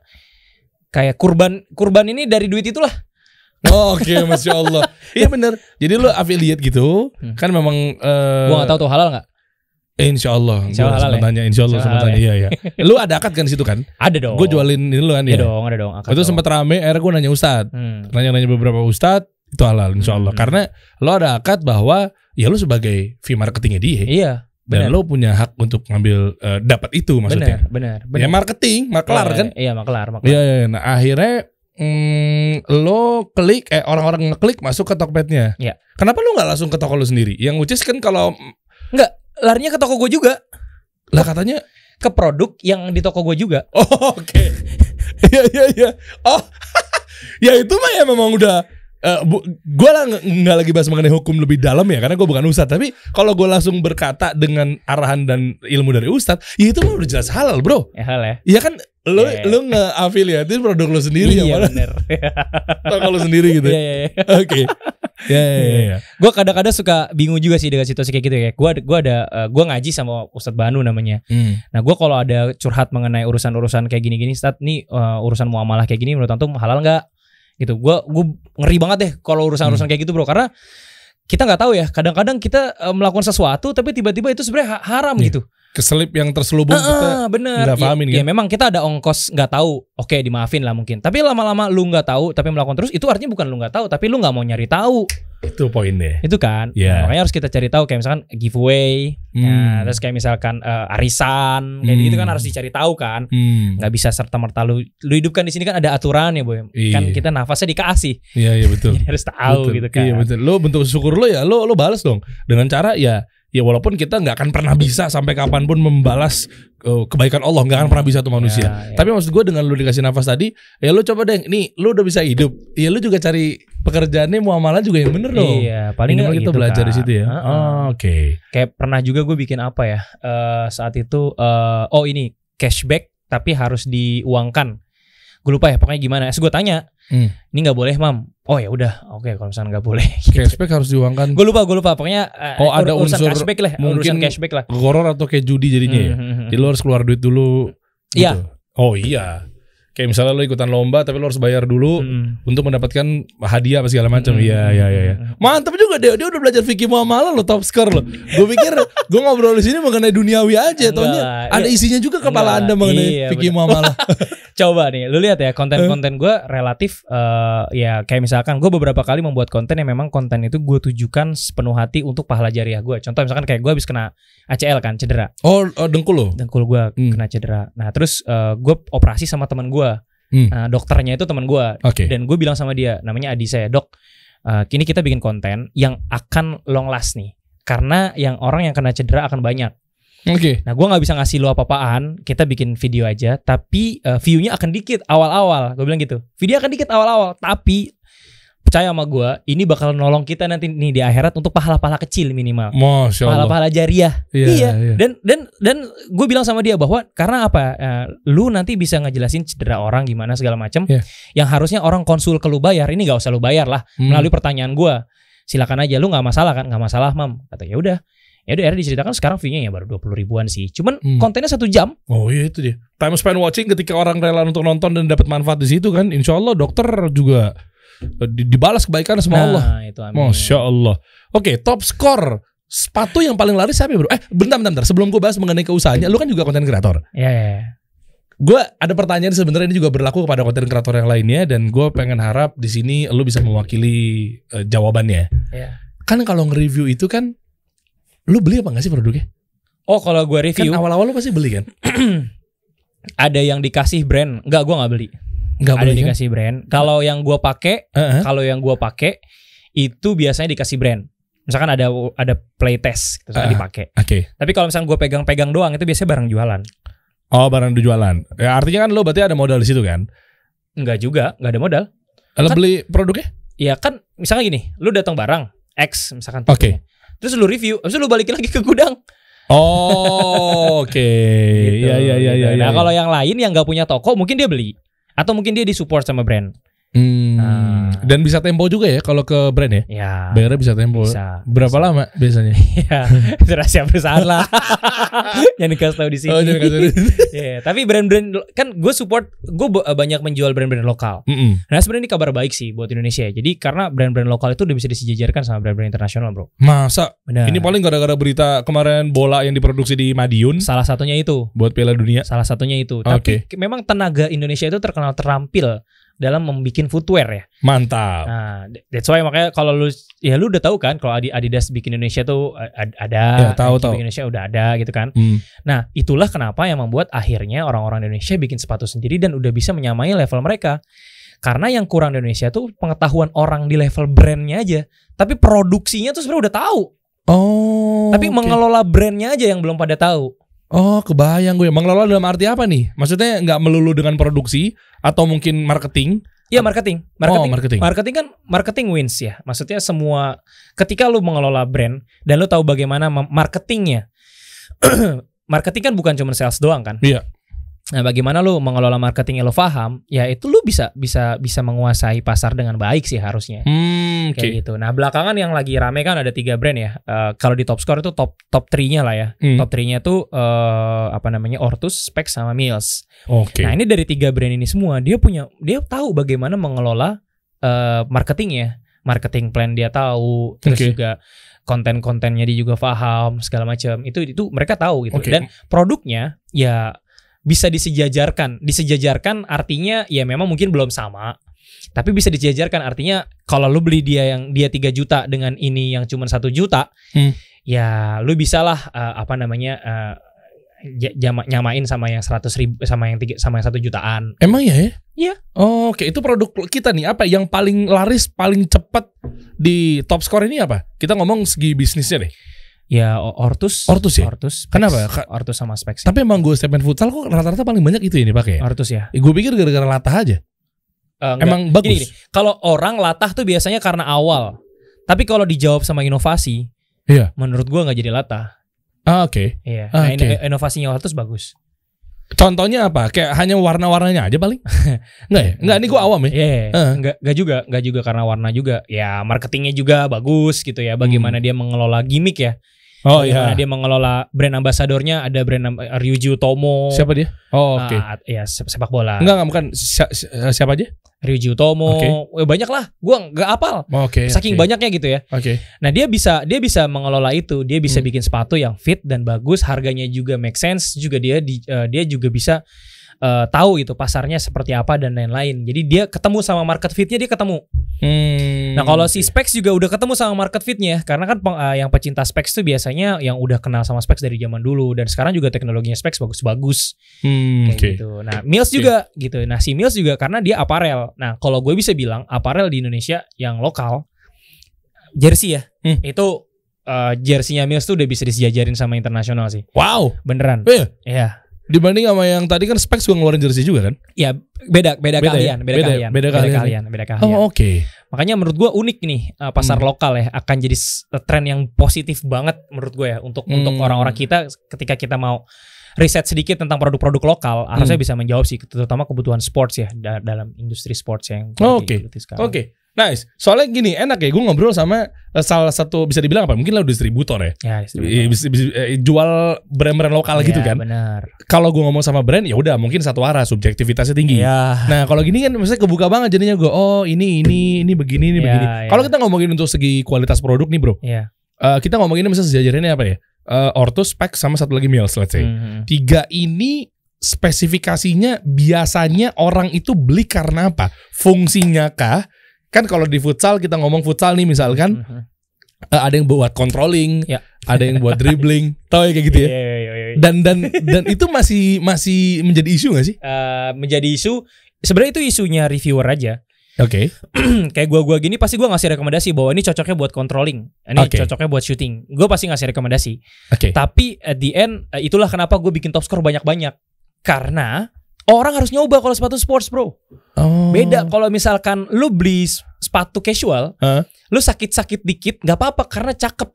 [SPEAKER 1] kayak kurban kurban ini dari duit itulah.
[SPEAKER 2] Oke, masya Allah. Iya bener. Jadi lu affiliate gitu,
[SPEAKER 1] Hmm.
[SPEAKER 2] kan memang. eh
[SPEAKER 1] Gua nggak tahu tuh halal nggak?
[SPEAKER 2] eh, insya Allah.
[SPEAKER 1] Insya
[SPEAKER 2] Insya
[SPEAKER 1] Allah
[SPEAKER 2] Allah.
[SPEAKER 1] halal ya?
[SPEAKER 2] tanya, insya Allah
[SPEAKER 1] Insya
[SPEAKER 2] sempat
[SPEAKER 1] Allah
[SPEAKER 2] tanya. Iya iya. Lu ada akad kan di situ kan?
[SPEAKER 1] Ada dong.
[SPEAKER 2] Gue jualin ini lu kan
[SPEAKER 1] Iya
[SPEAKER 2] ya.
[SPEAKER 1] dong, ada dong. akad
[SPEAKER 2] Itu
[SPEAKER 1] dong.
[SPEAKER 2] sempat rame. Akhirnya gue nanya Ustad.
[SPEAKER 1] Hmm.
[SPEAKER 2] Nanya-nanya beberapa Ustad itu halal insya Allah
[SPEAKER 1] Hmm.
[SPEAKER 2] karena lo ada akad bahwa ya lo sebagai fee marketingnya dia
[SPEAKER 1] Iya,
[SPEAKER 2] dan
[SPEAKER 1] benar.
[SPEAKER 2] lo punya hak untuk ngambil eh, dapat itu maksudnya
[SPEAKER 1] benar, benar, benar.
[SPEAKER 2] ya marketing maklar kan
[SPEAKER 1] Iya, maklar, maklar.
[SPEAKER 2] Iya, iya, iya. Nah, akhirnya mm, lo klik, eh orang-orang ngeklik masuk ke Tokpednya.
[SPEAKER 1] Iya.
[SPEAKER 2] Kenapa lo nggak langsung ke toko lo sendiri? Yang which is kan kalau
[SPEAKER 1] Larinya ke toko gue juga,
[SPEAKER 2] lah katanya,
[SPEAKER 1] ke produk yang di toko gue juga.
[SPEAKER 2] oh, oke, iya iya iya, oh, ya itu mah ya memang udah. eh, bu, gue lah nge- nggak lagi bahas mengenai hukum lebih dalam ya karena gue bukan ustadz tapi kalau gue langsung berkata dengan arahan dan ilmu dari ustadz ya itu mah udah jelas halal bro
[SPEAKER 1] Ya hal ya.
[SPEAKER 2] ya kan lo
[SPEAKER 1] Iya.
[SPEAKER 2] lo nge-afiliatin produk lo sendiri ya
[SPEAKER 1] iya,
[SPEAKER 2] malah
[SPEAKER 1] benar.
[SPEAKER 2] toko lo sendiri gitu
[SPEAKER 1] Iya, iya, iya.
[SPEAKER 2] Oke. Ya ya ya, ya.
[SPEAKER 1] Gue kadang-kadang suka bingung juga sih dengan situasi kayak gitu ya. Gue ada, gue ada, eh, gue ngaji sama Ustadz Banu namanya. Nah, gue kalau ada curhat mengenai urusan-urusan kayak gini-gini, Ustadz, nih eh, urusan muamalah kayak gini menurut antum halal nggak? Gitu. Gue, gue ngeri banget deh kalau
[SPEAKER 2] Hmm.
[SPEAKER 1] urusan-urusan kayak gitu bro, karena kita nggak tahu ya. Kadang-kadang kita eh, melakukan sesuatu, tapi tiba-tiba itu sebenarnya ha- haram
[SPEAKER 2] Iya.
[SPEAKER 1] gitu.
[SPEAKER 2] Keselip yang terselubung kita.
[SPEAKER 1] Ah, bener.
[SPEAKER 2] nggak
[SPEAKER 1] Ya-
[SPEAKER 2] pahamin,
[SPEAKER 1] ya,
[SPEAKER 2] kan?
[SPEAKER 1] memang kita ada ongkos nggak tahu. Oke, dimaafin lah mungkin. Tapi lama-lama lu nggak tahu, tapi melakukan terus itu artinya bukan lu nggak tahu, tapi lu nggak mau nyari tahu,
[SPEAKER 2] Itu poinnya.
[SPEAKER 1] itu kan.
[SPEAKER 2] Iya.
[SPEAKER 1] Nah, makanya harus kita cari tahu kayak misalkan giveaway, nah,
[SPEAKER 2] Hmm.
[SPEAKER 1] terus kayak misalkan eh, arisan, kayak
[SPEAKER 2] Hmm.
[SPEAKER 1] gitu kan harus dicari tahu kan.
[SPEAKER 2] Hmm.
[SPEAKER 1] Nggak bisa serta merta lu lu hidupkan di sini kan ada aturan ya, Boy. Kan
[SPEAKER 2] Iya.
[SPEAKER 1] kita nafasnya dikasih.
[SPEAKER 2] Iya iya betul.
[SPEAKER 1] Jadi harus tahu
[SPEAKER 2] Betul.
[SPEAKER 1] gitu kan.
[SPEAKER 2] Iya betul. Lo bentuk syukur lo ya, lo lo balas dong dengan cara ya ya walaupun kita nggak akan pernah bisa sampai kapanpun membalas eh, kebaikan Allah nggak akan pernah bisa tuh manusia
[SPEAKER 1] Ya, ya.
[SPEAKER 2] tapi maksud gue dengan lu dikasih nafas tadi ya lu coba deh nih lu udah bisa hidup ya lu juga cari pekerjaannya muamalah juga yang bener dong
[SPEAKER 1] Iya, paling
[SPEAKER 2] Minimal
[SPEAKER 1] nggak
[SPEAKER 2] kita
[SPEAKER 1] gitu,
[SPEAKER 2] belajar di
[SPEAKER 1] Kak.
[SPEAKER 2] situ ya
[SPEAKER 1] Heeh.
[SPEAKER 2] Ah, oke
[SPEAKER 1] Kayak pernah juga gue bikin apa ya? Eh saat itu eh oh ini cashback tapi harus diuangkan. Gue lupa ya pokoknya gimana. Terus gue tanya,
[SPEAKER 2] Hmm.
[SPEAKER 1] ini nggak boleh mam? Oh ya udah, oke kalau misalnya nggak boleh.
[SPEAKER 2] cashback harus diuangkan
[SPEAKER 1] gue lupa, gue lupa. Pokoknya eh,
[SPEAKER 2] Oh, ada
[SPEAKER 1] urusan
[SPEAKER 2] unsur
[SPEAKER 1] cashback lah, urusan
[SPEAKER 2] mungkin
[SPEAKER 1] cashback lah.
[SPEAKER 2] horor atau kayak judi jadinya ya
[SPEAKER 1] Mhm.
[SPEAKER 2] Jadi lo harus keluar duit dulu. gitu.
[SPEAKER 1] Iya.
[SPEAKER 2] Oh iya. Kayak misalnya lo ikutan lomba tapi lo harus bayar dulu
[SPEAKER 1] Mhm.
[SPEAKER 2] untuk mendapatkan hadiah apa segala macam.
[SPEAKER 1] Mm.
[SPEAKER 2] Iya iya iya. iya. Mantap juga dia. Dia udah belajar fikih muamalah lo top score lo. Gue pikir gue ngobrol di sini mengenai duniawi aja.
[SPEAKER 1] Enggak
[SPEAKER 2] Taunya
[SPEAKER 1] lah.
[SPEAKER 2] ada isinya juga kepala
[SPEAKER 1] Enggak
[SPEAKER 2] anda
[SPEAKER 1] lah.
[SPEAKER 2] mengenai
[SPEAKER 1] Iya,
[SPEAKER 2] fikih muamalah.
[SPEAKER 1] Coba nih, lu lihat ya konten-konten gue relatif eh, ya kayak misalkan gue beberapa kali membuat konten yang memang konten itu gue tujukan sepenuh hati untuk pahala jariah gue. Contoh misalkan kayak gue habis kena ACL kan cedera,
[SPEAKER 2] oh, oh dengkul lo.
[SPEAKER 1] dengkul gue
[SPEAKER 2] Hmm.
[SPEAKER 1] kena cedera. Nah terus gue operasi sama teman gue,
[SPEAKER 2] Hmm.
[SPEAKER 1] Nah, dokternya itu teman gue
[SPEAKER 2] Oke.
[SPEAKER 1] dan gue bilang sama dia namanya Adi saya dok eh, kini kita bikin konten yang akan long last nih karena yang orang yang kena cedera akan banyak.
[SPEAKER 2] Oke.
[SPEAKER 1] Nah, gua nggak bisa ngasih lu apa-apaan. Kita bikin video aja, tapi eh, view-nya akan dikit awal-awal. Gue bilang gitu. Video akan dikit awal-awal, tapi percaya sama gua, ini bakal nolong kita nanti nih di akhirat untuk pahala-pahala kecil minimal.
[SPEAKER 2] Masya Allah.
[SPEAKER 1] Pahala-pahala jariah.
[SPEAKER 2] Iya.
[SPEAKER 1] iya.
[SPEAKER 2] iya.
[SPEAKER 1] Dan dan dan gue bilang sama dia bahwa karena apa? eh, lu nanti bisa ngejelasin cedera orang gimana segala macam.
[SPEAKER 2] Iya.
[SPEAKER 1] Yang harusnya orang konsul ke lu bayar, ini nggak usah lu bayar lah
[SPEAKER 2] Hmm.
[SPEAKER 1] melalui pertanyaan gua silakan aja lu nggak masalah kan nggak masalah mam kata ya udah ya udah akhirnya diceritakan sekarang view-nya ya baru 20 ribuan sih cuman
[SPEAKER 2] Hmm.
[SPEAKER 1] kontennya satu jam
[SPEAKER 2] Oh iya itu dia. Time spent watching ketika orang rela untuk nonton dan dapat manfaat di situ kan. Insya Allah dokter juga eh, di- dibalas kebaikan sama Allah.
[SPEAKER 1] nah itu amin
[SPEAKER 2] Masya Allah. Oke, top skor sepatu yang paling laris siapa ya, bro? Eh, bentar, bentar, bentar. Sebelum gue bahas mengenai keusahaannya, lu kan juga konten kreator.
[SPEAKER 1] ya, ya, ya.
[SPEAKER 2] Gue ada pertanyaan sebenarnya ini juga berlaku kepada konten kreator yang lainnya dan gue pengen harap di sini lu bisa mewakili eh, jawabannya.
[SPEAKER 1] Iya.
[SPEAKER 2] Kan kalau nge-review itu kan lu beli apa enggak sih produknya?
[SPEAKER 1] oh kalau gua
[SPEAKER 2] Kan
[SPEAKER 1] review
[SPEAKER 2] awal-awal lu pasti beli kan?
[SPEAKER 1] ada yang dikasih brand nggak gua nggak beli
[SPEAKER 2] Enggak
[SPEAKER 1] ada
[SPEAKER 2] beli
[SPEAKER 1] yang
[SPEAKER 2] kan?
[SPEAKER 1] dikasih brand kalau yang gua pakai
[SPEAKER 2] Heeh.
[SPEAKER 1] kalau yang gua pakai itu biasanya dikasih brand misalkan ada ada playtest terus
[SPEAKER 2] Ah.
[SPEAKER 1] dipakai
[SPEAKER 2] Oke.
[SPEAKER 1] tapi kalau misalkan gua pegang-pegang doang itu biasanya barang jualan
[SPEAKER 2] Oh, barang dijualan. Ya, artinya kan lu berarti ada modal di situ kan?
[SPEAKER 1] nggak juga nggak ada modal
[SPEAKER 2] Lu
[SPEAKER 1] Kan-
[SPEAKER 2] beli produknya?
[SPEAKER 1] ya kan misalnya gini lu datang barang X misalkan
[SPEAKER 2] Oke.
[SPEAKER 1] tipenya. terus lu review terus lu balikin lagi ke gudang
[SPEAKER 2] Oh, oke.
[SPEAKER 1] gitu,
[SPEAKER 2] Iya, iya, iya,
[SPEAKER 1] gitu. nah
[SPEAKER 2] iya. iya.
[SPEAKER 1] kalau yang lain yang nggak punya toko mungkin dia beli atau mungkin dia disupport sama brand
[SPEAKER 2] Hmm.
[SPEAKER 1] Ah.
[SPEAKER 2] Dan bisa tempo juga ya kalau ke brand ya.
[SPEAKER 1] ya
[SPEAKER 2] Bayarnya bisa tempo.
[SPEAKER 1] bisa
[SPEAKER 2] Berapa lama biasanya?
[SPEAKER 1] ya itu rahasia perusahaan lah yang dikasih tahu di sini
[SPEAKER 2] Oh, jangan kasih tahu.
[SPEAKER 1] Iya, tapi brand-brand lo- kan gue support gue eh, banyak menjual brand-brand lokal
[SPEAKER 2] Mm-mm.
[SPEAKER 1] nah sebenarnya ini kabar baik sih buat Indonesia ya jadi karena brand-brand lokal itu udah bisa disejajarkan sama brand-brand internasional bro
[SPEAKER 2] Masa
[SPEAKER 1] Benar.
[SPEAKER 2] ini paling gara-gara berita kemarin bola yang diproduksi di Madiun
[SPEAKER 1] salah satunya itu
[SPEAKER 2] buat Piala Dunia.
[SPEAKER 1] Salah satunya itu.
[SPEAKER 2] Ah,
[SPEAKER 1] Tapi ke- memang tenaga Indonesia itu terkenal terampil dalam membuat footwear ya.
[SPEAKER 2] Mantap.
[SPEAKER 1] Nah, th- that's why makanya kalau lu ya lu udah tahu kan kalau Adi- Adidas bikin Indonesia tuh eh, ad- ada,
[SPEAKER 2] Ya, tahu,
[SPEAKER 1] Nike
[SPEAKER 2] tahu.
[SPEAKER 1] bikin Indonesia udah ada gitu kan.
[SPEAKER 2] Hmm.
[SPEAKER 1] Nah, itulah kenapa yang membuat akhirnya orang-orang Indonesia bikin sepatu sendiri dan udah bisa menyamai level mereka. Karena yang kurang di Indonesia tuh pengetahuan orang di level brandnya aja, tapi produksinya tuh sebenarnya udah tahu,
[SPEAKER 2] Oh.
[SPEAKER 1] tapi
[SPEAKER 2] oke.
[SPEAKER 1] mengelola brandnya aja yang belum pada tahu.
[SPEAKER 2] Oh, kebayang gue. Mengelola dalam arti apa nih? Maksudnya nggak melulu dengan produksi atau mungkin marketing?
[SPEAKER 1] Iya marketing, marketing,
[SPEAKER 2] Oh, marketing.
[SPEAKER 1] marketing kan marketing wins ya. Maksudnya semua ketika lu mengelola brand dan lu tahu bagaimana mem- marketingnya. marketing kan bukan cuma sales doang kan?
[SPEAKER 2] Iya.
[SPEAKER 1] Nah, bagaimana lu mengelola marketingnya lu paham, ya itu lu bisa bisa bisa menguasai pasar dengan baik sih harusnya.
[SPEAKER 2] Hmm, oke.
[SPEAKER 1] Kayak gitu. Nah, belakangan yang lagi rame kan ada tiga brand ya. Eh, kalau di top score itu top top 3-nya lah ya.
[SPEAKER 2] Hmm,
[SPEAKER 1] Top 3-nya tuh eh, apa namanya? Ortus, Specs sama Mills.
[SPEAKER 2] Oke.
[SPEAKER 1] Nah ini dari tiga brand ini semua dia punya dia tahu bagaimana mengelola eh, marketingnya, marketing plan dia tahu, terus
[SPEAKER 2] Oke.
[SPEAKER 1] juga konten-kontennya dia juga paham segala macam. Itu itu mereka tahu gitu.
[SPEAKER 2] Oke.
[SPEAKER 1] Dan produknya ya bisa disejajarkan. Disejajarkan artinya ya memang mungkin belum sama. Tapi bisa disejajarkan artinya kalau lu beli dia yang dia 3 juta dengan ini yang cuma satu juta,
[SPEAKER 2] Hmm.
[SPEAKER 1] ya lu bisalah eh, apa namanya eh, ja- jama- nyamain sama yang 100 ribu sama yang tiga, sama yang satu jutaan.
[SPEAKER 2] Emang ya ya?
[SPEAKER 1] Iya.
[SPEAKER 2] Oh, Oke, itu produk kita nih apa yang paling laris, paling cepat di top score ini apa? Kita ngomong segi bisnisnya deh.
[SPEAKER 1] Ya o- Ortus.
[SPEAKER 2] Ortus ya?
[SPEAKER 1] Ortus. Specs.
[SPEAKER 2] Kenapa? Ka-
[SPEAKER 1] Ortus sama Specs. sih.
[SPEAKER 2] Tapi emang gue statement futsal kok rata-rata paling banyak itu yang dipakai. Ya?
[SPEAKER 1] Ortus ya.
[SPEAKER 2] Gue pikir gara-gara latah aja.
[SPEAKER 1] Eh, enggak.
[SPEAKER 2] Emang bagus.
[SPEAKER 1] Gini, gini. Kalau orang latah tuh biasanya karena awal. Tapi kalau dijawab sama inovasi,
[SPEAKER 2] Iya.
[SPEAKER 1] menurut gua nggak jadi latah.
[SPEAKER 2] Ah, Oke.
[SPEAKER 1] Iya. Nah,
[SPEAKER 2] Ah, oke.
[SPEAKER 1] ino- inovasinya Ortus bagus.
[SPEAKER 2] Contohnya apa? Kayak hanya warna-warnanya aja paling. Enggak ya? Enggak, ini gue awam ya.
[SPEAKER 1] Iya.
[SPEAKER 2] Eh.
[SPEAKER 1] Nggak nggak juga, nggak juga karena warna juga. Ya marketingnya juga bagus gitu ya. Bagaimana dia mengelola gimmick ya.
[SPEAKER 2] Hmm. Oh
[SPEAKER 1] Bagaimana
[SPEAKER 2] iya.
[SPEAKER 1] dia mengelola brand ambasadornya ada brand amb- eh, Ryuji Utomo.
[SPEAKER 2] Siapa dia? Oh, oke.
[SPEAKER 1] Ah, ya sep- sepak bola.
[SPEAKER 2] Enggak, enggak bukan Si- si- siapa aja?
[SPEAKER 1] Ryuji Utomo.
[SPEAKER 2] Oke.
[SPEAKER 1] Eh, banyak lah. Gua nggak apal.
[SPEAKER 2] Oh, Oke.
[SPEAKER 1] Saking
[SPEAKER 2] oke.
[SPEAKER 1] banyaknya gitu ya.
[SPEAKER 2] Oke.
[SPEAKER 1] Nah dia bisa dia bisa mengelola itu. Dia bisa
[SPEAKER 2] Hmm.
[SPEAKER 1] bikin sepatu yang fit dan bagus, harganya juga make sense. Juga dia di- eh, dia juga bisa eh, tahu gitu pasarnya seperti apa dan lain-lain. Jadi dia ketemu sama market fitnya dia ketemu.
[SPEAKER 2] Hmm,
[SPEAKER 1] Nah kalau
[SPEAKER 2] oke.
[SPEAKER 1] si specs juga udah ketemu sama market fitnya, karena kan peng- eh, yang pecinta specs tuh biasanya yang udah kenal sama specs dari zaman dulu dan sekarang juga teknologinya specs bagus-bagus kayak
[SPEAKER 2] Hmm, oke.
[SPEAKER 1] gitu. Nah Mills juga gitu. Nah si Mills juga karena dia aparel. Nah kalau gue bisa bilang aparel di Indonesia yang lokal jersey ya
[SPEAKER 2] Hmm.
[SPEAKER 1] itu eh, jerseynya Mills tuh udah bisa disejajarin sama internasional sih.
[SPEAKER 2] Wow.
[SPEAKER 1] Beneran?
[SPEAKER 2] Eh,
[SPEAKER 1] Iya.
[SPEAKER 2] dibanding sama yang tadi kan Specs gua ngeluarin jersey juga kan?
[SPEAKER 1] Ya beda beda,
[SPEAKER 2] Beda
[SPEAKER 1] keahlian,
[SPEAKER 2] ya?
[SPEAKER 1] beda,
[SPEAKER 2] Beda-
[SPEAKER 1] keahlian,
[SPEAKER 2] beda keahlian.
[SPEAKER 1] beda keahlian.
[SPEAKER 2] Oh, oke.
[SPEAKER 1] Makanya menurut gua unik nih uh, pasar
[SPEAKER 2] Hmm.
[SPEAKER 1] lokal ya akan jadi s- tren yang positif banget menurut gue ya untuk
[SPEAKER 2] Hmm.
[SPEAKER 1] untuk orang-orang kita ketika kita mau riset sedikit tentang produk-produk lokal
[SPEAKER 2] Hmm.
[SPEAKER 1] harusnya bisa menjawab sih terutama kebutuhan sports ya da- dalam industri sports yang kita
[SPEAKER 2] Oh, oke.
[SPEAKER 1] ikuti sekarang.
[SPEAKER 2] Oke. Nice. Soalnya gini, enak ya. Gue ngobrol sama eh, salah satu bisa dibilang apa? Mungkin lah distributor ya.
[SPEAKER 1] Ya, Iya,
[SPEAKER 2] Eh, bis- bis- eh, jual brand-brand lokal gitu kan.
[SPEAKER 1] Benar.
[SPEAKER 2] Kalau gue ngomong sama brand, ya udah mungkin satu arah subjektivitasnya tinggi.
[SPEAKER 1] Iya.
[SPEAKER 2] Nah kalau gini kan maksudnya kebuka banget jadinya gue oh ini ini ini begini ini
[SPEAKER 1] Ya,
[SPEAKER 2] begini.
[SPEAKER 1] ya.
[SPEAKER 2] Kalau kita ngomongin untuk segi kualitas produk nih bro,
[SPEAKER 1] Iya.
[SPEAKER 2] Eh kita ngomongin misalnya sejajarannya apa ya? Eh Ortus, Specs sama satu lagi Mills let's say.
[SPEAKER 1] Mhm.
[SPEAKER 2] Tiga ini spesifikasinya biasanya orang itu beli karena apa? Fungsinya kah? Kan kalau di futsal kita ngomong futsal nih misalkan
[SPEAKER 1] Mhm.
[SPEAKER 2] eh, ada yang buat controlling,
[SPEAKER 1] Ya.
[SPEAKER 2] ada yang buat dribbling, tau ya kayak gitu ya.
[SPEAKER 1] Iya, iya, iya, iya.
[SPEAKER 2] Dan dan dan itu masih masih menjadi isu gak sih?
[SPEAKER 1] Eh, menjadi isu sebenarnya itu isunya reviewer aja. Hmm,
[SPEAKER 2] Oke.
[SPEAKER 1] kayak gua-gua gini pasti gua ngasih rekomendasi bahwa ini cocoknya buat controlling, ini
[SPEAKER 2] Oke.
[SPEAKER 1] cocoknya buat shooting. Gua pasti ngasih rekomendasi.
[SPEAKER 2] Oke.
[SPEAKER 1] Tapi at the end eh, itulah kenapa gue bikin top score banyak-banyak. Karena orang harus nyoba kalau sepatu sports, Bro.
[SPEAKER 2] Oh.
[SPEAKER 1] Beda kalau misalkan lu beli s- sepatu casual,
[SPEAKER 2] Hah?
[SPEAKER 1] lu sakit-sakit dikit nggak apa-apa karena cakep.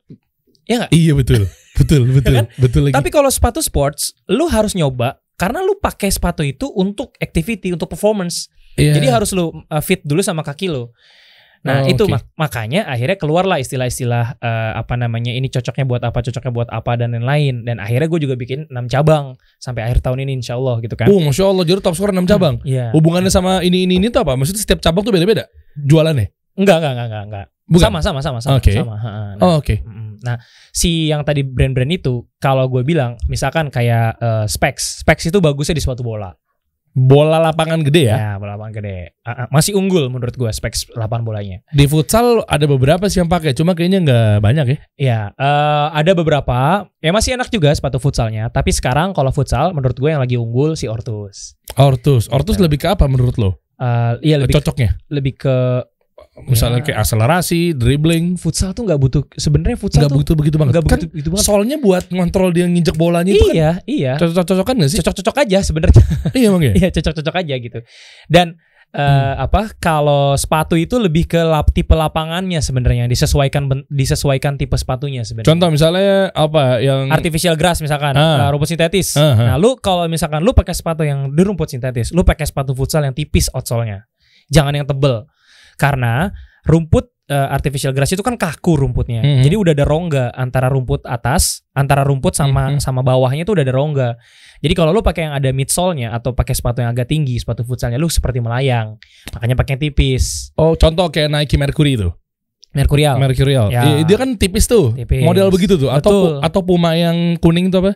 [SPEAKER 1] Ya nggak?
[SPEAKER 2] Iya betul. Betul, betul.
[SPEAKER 1] Ya kan?
[SPEAKER 2] Betul lagi.
[SPEAKER 1] Tapi kalau sepatu sports, lu harus nyoba karena lu pakai sepatu itu untuk activity, untuk performance.
[SPEAKER 2] Iya.
[SPEAKER 1] Jadi harus lu uh, fit dulu sama kaki lu. Nah,
[SPEAKER 2] Oh,
[SPEAKER 1] itu
[SPEAKER 2] oke.
[SPEAKER 1] mak- makanya akhirnya keluarlah istilah-istilah uh, apa namanya ini cocoknya buat apa, cocoknya buat apa dan lain-lain. Dan akhirnya gue juga bikin 6 cabang sampai akhir tahun ini insya Allah gitu kan.
[SPEAKER 2] Oh, Masya Allah, jadi top skor 6 cabang. Oh.
[SPEAKER 1] Iya.
[SPEAKER 2] Hubungannya sama ini ini ini tuh apa? Maksudnya setiap cabang tuh beda-beda jualannya.
[SPEAKER 1] Enggak, enggak, enggak, enggak, enggak.
[SPEAKER 2] Bukan?
[SPEAKER 1] Sama, sama, sama, sama,
[SPEAKER 2] Oke.
[SPEAKER 1] sama. Ha, ha. Nah,
[SPEAKER 2] Oh, oke.
[SPEAKER 1] Mm, Nah, si yang tadi brand-brand itu, kalau gue bilang, misalkan kayak eh, Specs, Specs itu bagusnya di suatu bola,
[SPEAKER 2] Bola lapangan gede ya.
[SPEAKER 1] ya, bola lapangan gede, Ah, ah, masih unggul menurut gue Specs lapangan bolanya.
[SPEAKER 2] Di futsal ada beberapa sih yang pakai, cuma kayaknya nggak banyak ya.
[SPEAKER 1] Ya, eh, ada beberapa. Ya masih enak juga sepatu futsalnya. Tapi sekarang kalau futsal, menurut gue yang lagi unggul si Ortus.
[SPEAKER 2] Ortus, Ortus
[SPEAKER 1] Betul.
[SPEAKER 2] lebih ke apa menurut lo?
[SPEAKER 1] Eh, iya Ya. lebih
[SPEAKER 2] Cocoknya,
[SPEAKER 1] lebih ke
[SPEAKER 2] misalnya
[SPEAKER 1] Ya.
[SPEAKER 2] kayak akselerasi, dribbling,
[SPEAKER 1] futsal tuh nggak butuh. Sebenarnya futsal
[SPEAKER 2] nggak
[SPEAKER 1] tuh
[SPEAKER 2] butuh begitu banget.
[SPEAKER 1] nggak
[SPEAKER 2] kan
[SPEAKER 1] butuh itu banget.
[SPEAKER 2] soalnya buat ngontrol dia nginjek bolanya itu kan
[SPEAKER 1] Iya, iya.
[SPEAKER 2] cocok-cocokan nggak sih?
[SPEAKER 1] Cocok-cocok aja sebenarnya.
[SPEAKER 2] iya emang ya.
[SPEAKER 1] Iya, cocok-cocok aja gitu. Dan eh,
[SPEAKER 2] Hmm.
[SPEAKER 1] apa kalau sepatu itu lebih ke lap, tipe lapangannya sebenarnya disesuaikan ben- disesuaikan tipe sepatunya sebenarnya.
[SPEAKER 2] Contoh misalnya apa yang
[SPEAKER 1] artificial grass misalkan
[SPEAKER 2] Hmm. Ah.
[SPEAKER 1] uh, rumput sintetis.
[SPEAKER 2] Ah, ah.
[SPEAKER 1] Nah, lu kalau misalkan lu pakai sepatu yang di rumput sintetis, lu pakai sepatu futsal yang tipis outsole-nya. Jangan yang tebel. Karena rumput eh, artificial grass itu kan kaku rumputnya.
[SPEAKER 2] Mhm.
[SPEAKER 1] Jadi udah ada rongga antara rumput atas, antara rumput sama
[SPEAKER 2] Mhm.
[SPEAKER 1] sama bawahnya itu udah ada rongga. Jadi kalau lu pakai yang ada midsole-nya atau pakai sepatu yang agak tinggi, sepatu futsalnya lu seperti melayang. Makanya pakai yang tipis.
[SPEAKER 2] oh contoh kayak Nike Mercury itu,
[SPEAKER 1] Mercurial.
[SPEAKER 2] Mercurial.
[SPEAKER 1] Oh. Ya.
[SPEAKER 2] Iya, Dia kan tipis tuh.
[SPEAKER 1] Tipis.
[SPEAKER 2] Model begitu tuh atau
[SPEAKER 1] Betul.
[SPEAKER 2] atau Puma yang kuning tuh apa?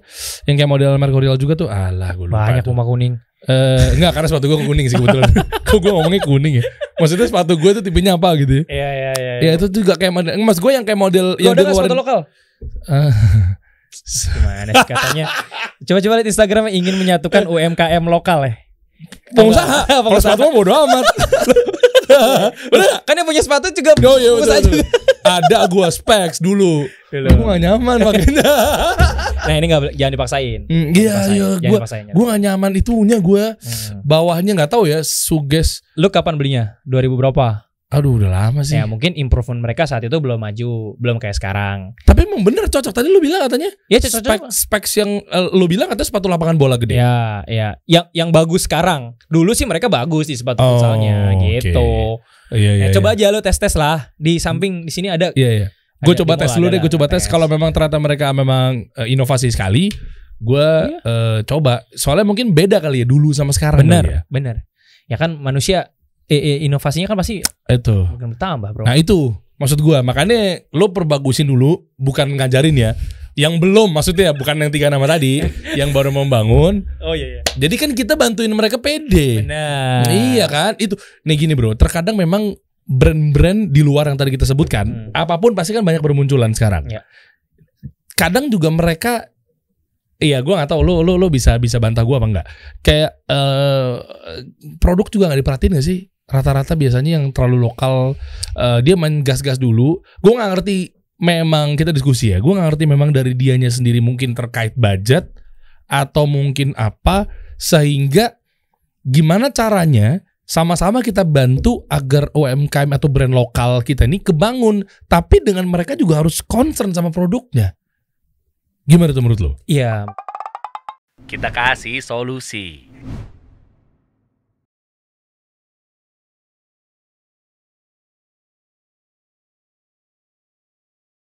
[SPEAKER 2] Yang kayak model Mercurial juga tuh. Alah gue lupa.
[SPEAKER 1] Banyak
[SPEAKER 2] tuh.
[SPEAKER 1] rumah kuning.
[SPEAKER 2] Eh, enggak karena sepatu gue kuning sih kebetulan. Kok gue ngomongnya kuning ya? Maksudnya sepatu gue tuh tipenya apa gitu ya?
[SPEAKER 1] Iya, iya, iya.
[SPEAKER 2] Ya itu juga kayak model Mas gue yang kayak model
[SPEAKER 1] Gak
[SPEAKER 2] yang
[SPEAKER 1] ada
[SPEAKER 2] dia
[SPEAKER 1] nggak sepatu
[SPEAKER 2] ngeluarin-
[SPEAKER 1] lokal?
[SPEAKER 2] Eh,
[SPEAKER 1] Gimana sih katanya? Coba-coba lihat Instagramnya ingin menyatukan UMKM lokal ya.
[SPEAKER 2] pengusaha. Kalau sepatu mah bodo amat.
[SPEAKER 1] Bener nggak? Kan yang punya sepatu juga
[SPEAKER 2] Oh iya
[SPEAKER 1] pengusaha
[SPEAKER 2] betul, betul. Ada gue specs dulu. Gue gak nyaman makanya.
[SPEAKER 1] Nah ini nggak jangan dipaksain.
[SPEAKER 2] Hmm, Iya, iya.
[SPEAKER 1] Jangan
[SPEAKER 2] Gue
[SPEAKER 1] dipaksain.
[SPEAKER 2] gue gak nyaman itunya gue.
[SPEAKER 1] Hmm.
[SPEAKER 2] Bawahnya nggak tahu ya. Suges.
[SPEAKER 1] Lu kapan belinya? 2000 berapa?
[SPEAKER 2] Aduh udah lama sih.
[SPEAKER 1] Ya mungkin improvement mereka saat itu belum maju, belum kayak sekarang.
[SPEAKER 2] Tapi emang bener cocok tadi lu bilang katanya.
[SPEAKER 1] Ya
[SPEAKER 2] Spek,
[SPEAKER 1] cocok.
[SPEAKER 2] specs yang eh, lu bilang katanya sepatu lapangan bola gede.
[SPEAKER 1] Ya, ya. Yang yang bagus sekarang. Dulu sih mereka bagus di sepatu
[SPEAKER 2] Oh,
[SPEAKER 1] futsalnya
[SPEAKER 2] oke.
[SPEAKER 1] gitu.
[SPEAKER 2] Iya
[SPEAKER 1] Ya, coba aja lu tes-tes lah di samping di sini ada
[SPEAKER 2] Iya iya. Gue
[SPEAKER 1] Ada
[SPEAKER 2] coba
[SPEAKER 1] demo
[SPEAKER 2] tes
[SPEAKER 1] lah,
[SPEAKER 2] dulu
[SPEAKER 1] ada
[SPEAKER 2] deh. Gue
[SPEAKER 1] lah,
[SPEAKER 2] coba
[SPEAKER 1] ada
[SPEAKER 2] tes.
[SPEAKER 1] tes.
[SPEAKER 2] Kalau memang ternyata mereka memang eh, inovasi sekali, gue
[SPEAKER 1] Iya.
[SPEAKER 2] coba. Soalnya mungkin beda kali ya dulu sama sekarang.
[SPEAKER 1] benar,
[SPEAKER 2] kali ya.
[SPEAKER 1] benar. Ya kan manusia eh, eh, inovasinya kan pasti
[SPEAKER 2] Itu.
[SPEAKER 1] akan bertambah, Bro.
[SPEAKER 2] Nah itu maksud gue. Makanya lo perbagusin dulu, bukan ngajarin ya. Yang belum maksudnya bukan yang tiga nama tadi, yang baru membangun.
[SPEAKER 1] oh iya iya.
[SPEAKER 2] Jadi kan kita bantuin mereka pede.
[SPEAKER 1] Benar.
[SPEAKER 2] Iya kan? Itu. Nih gini bro. Terkadang memang brand-brand di luar yang tadi kita
[SPEAKER 1] Hmm.
[SPEAKER 2] sebutkan, apapun pasti kan banyak bermunculan sekarang.
[SPEAKER 1] Iya.
[SPEAKER 2] Kadang juga mereka Iya, gua nggak tahu lo lo lo bisa bisa bantah gua apa enggak. Kayak eh produk juga nggak diperhatiin gak sih? Rata-rata biasanya yang terlalu lokal eh, dia main gas-gas dulu. Gua nggak ngerti memang kita diskusi ya. Gua nggak ngerti memang dari dianya sendiri mungkin terkait budget atau mungkin apa sehingga gimana caranya sama-sama kita bantu agar UMKM atau brand lokal kita ini kebangun tapi dengan mereka juga harus concern sama produknya. Gimana tuh menurut lo?
[SPEAKER 1] Iya,
[SPEAKER 3] Kita kasih solusi.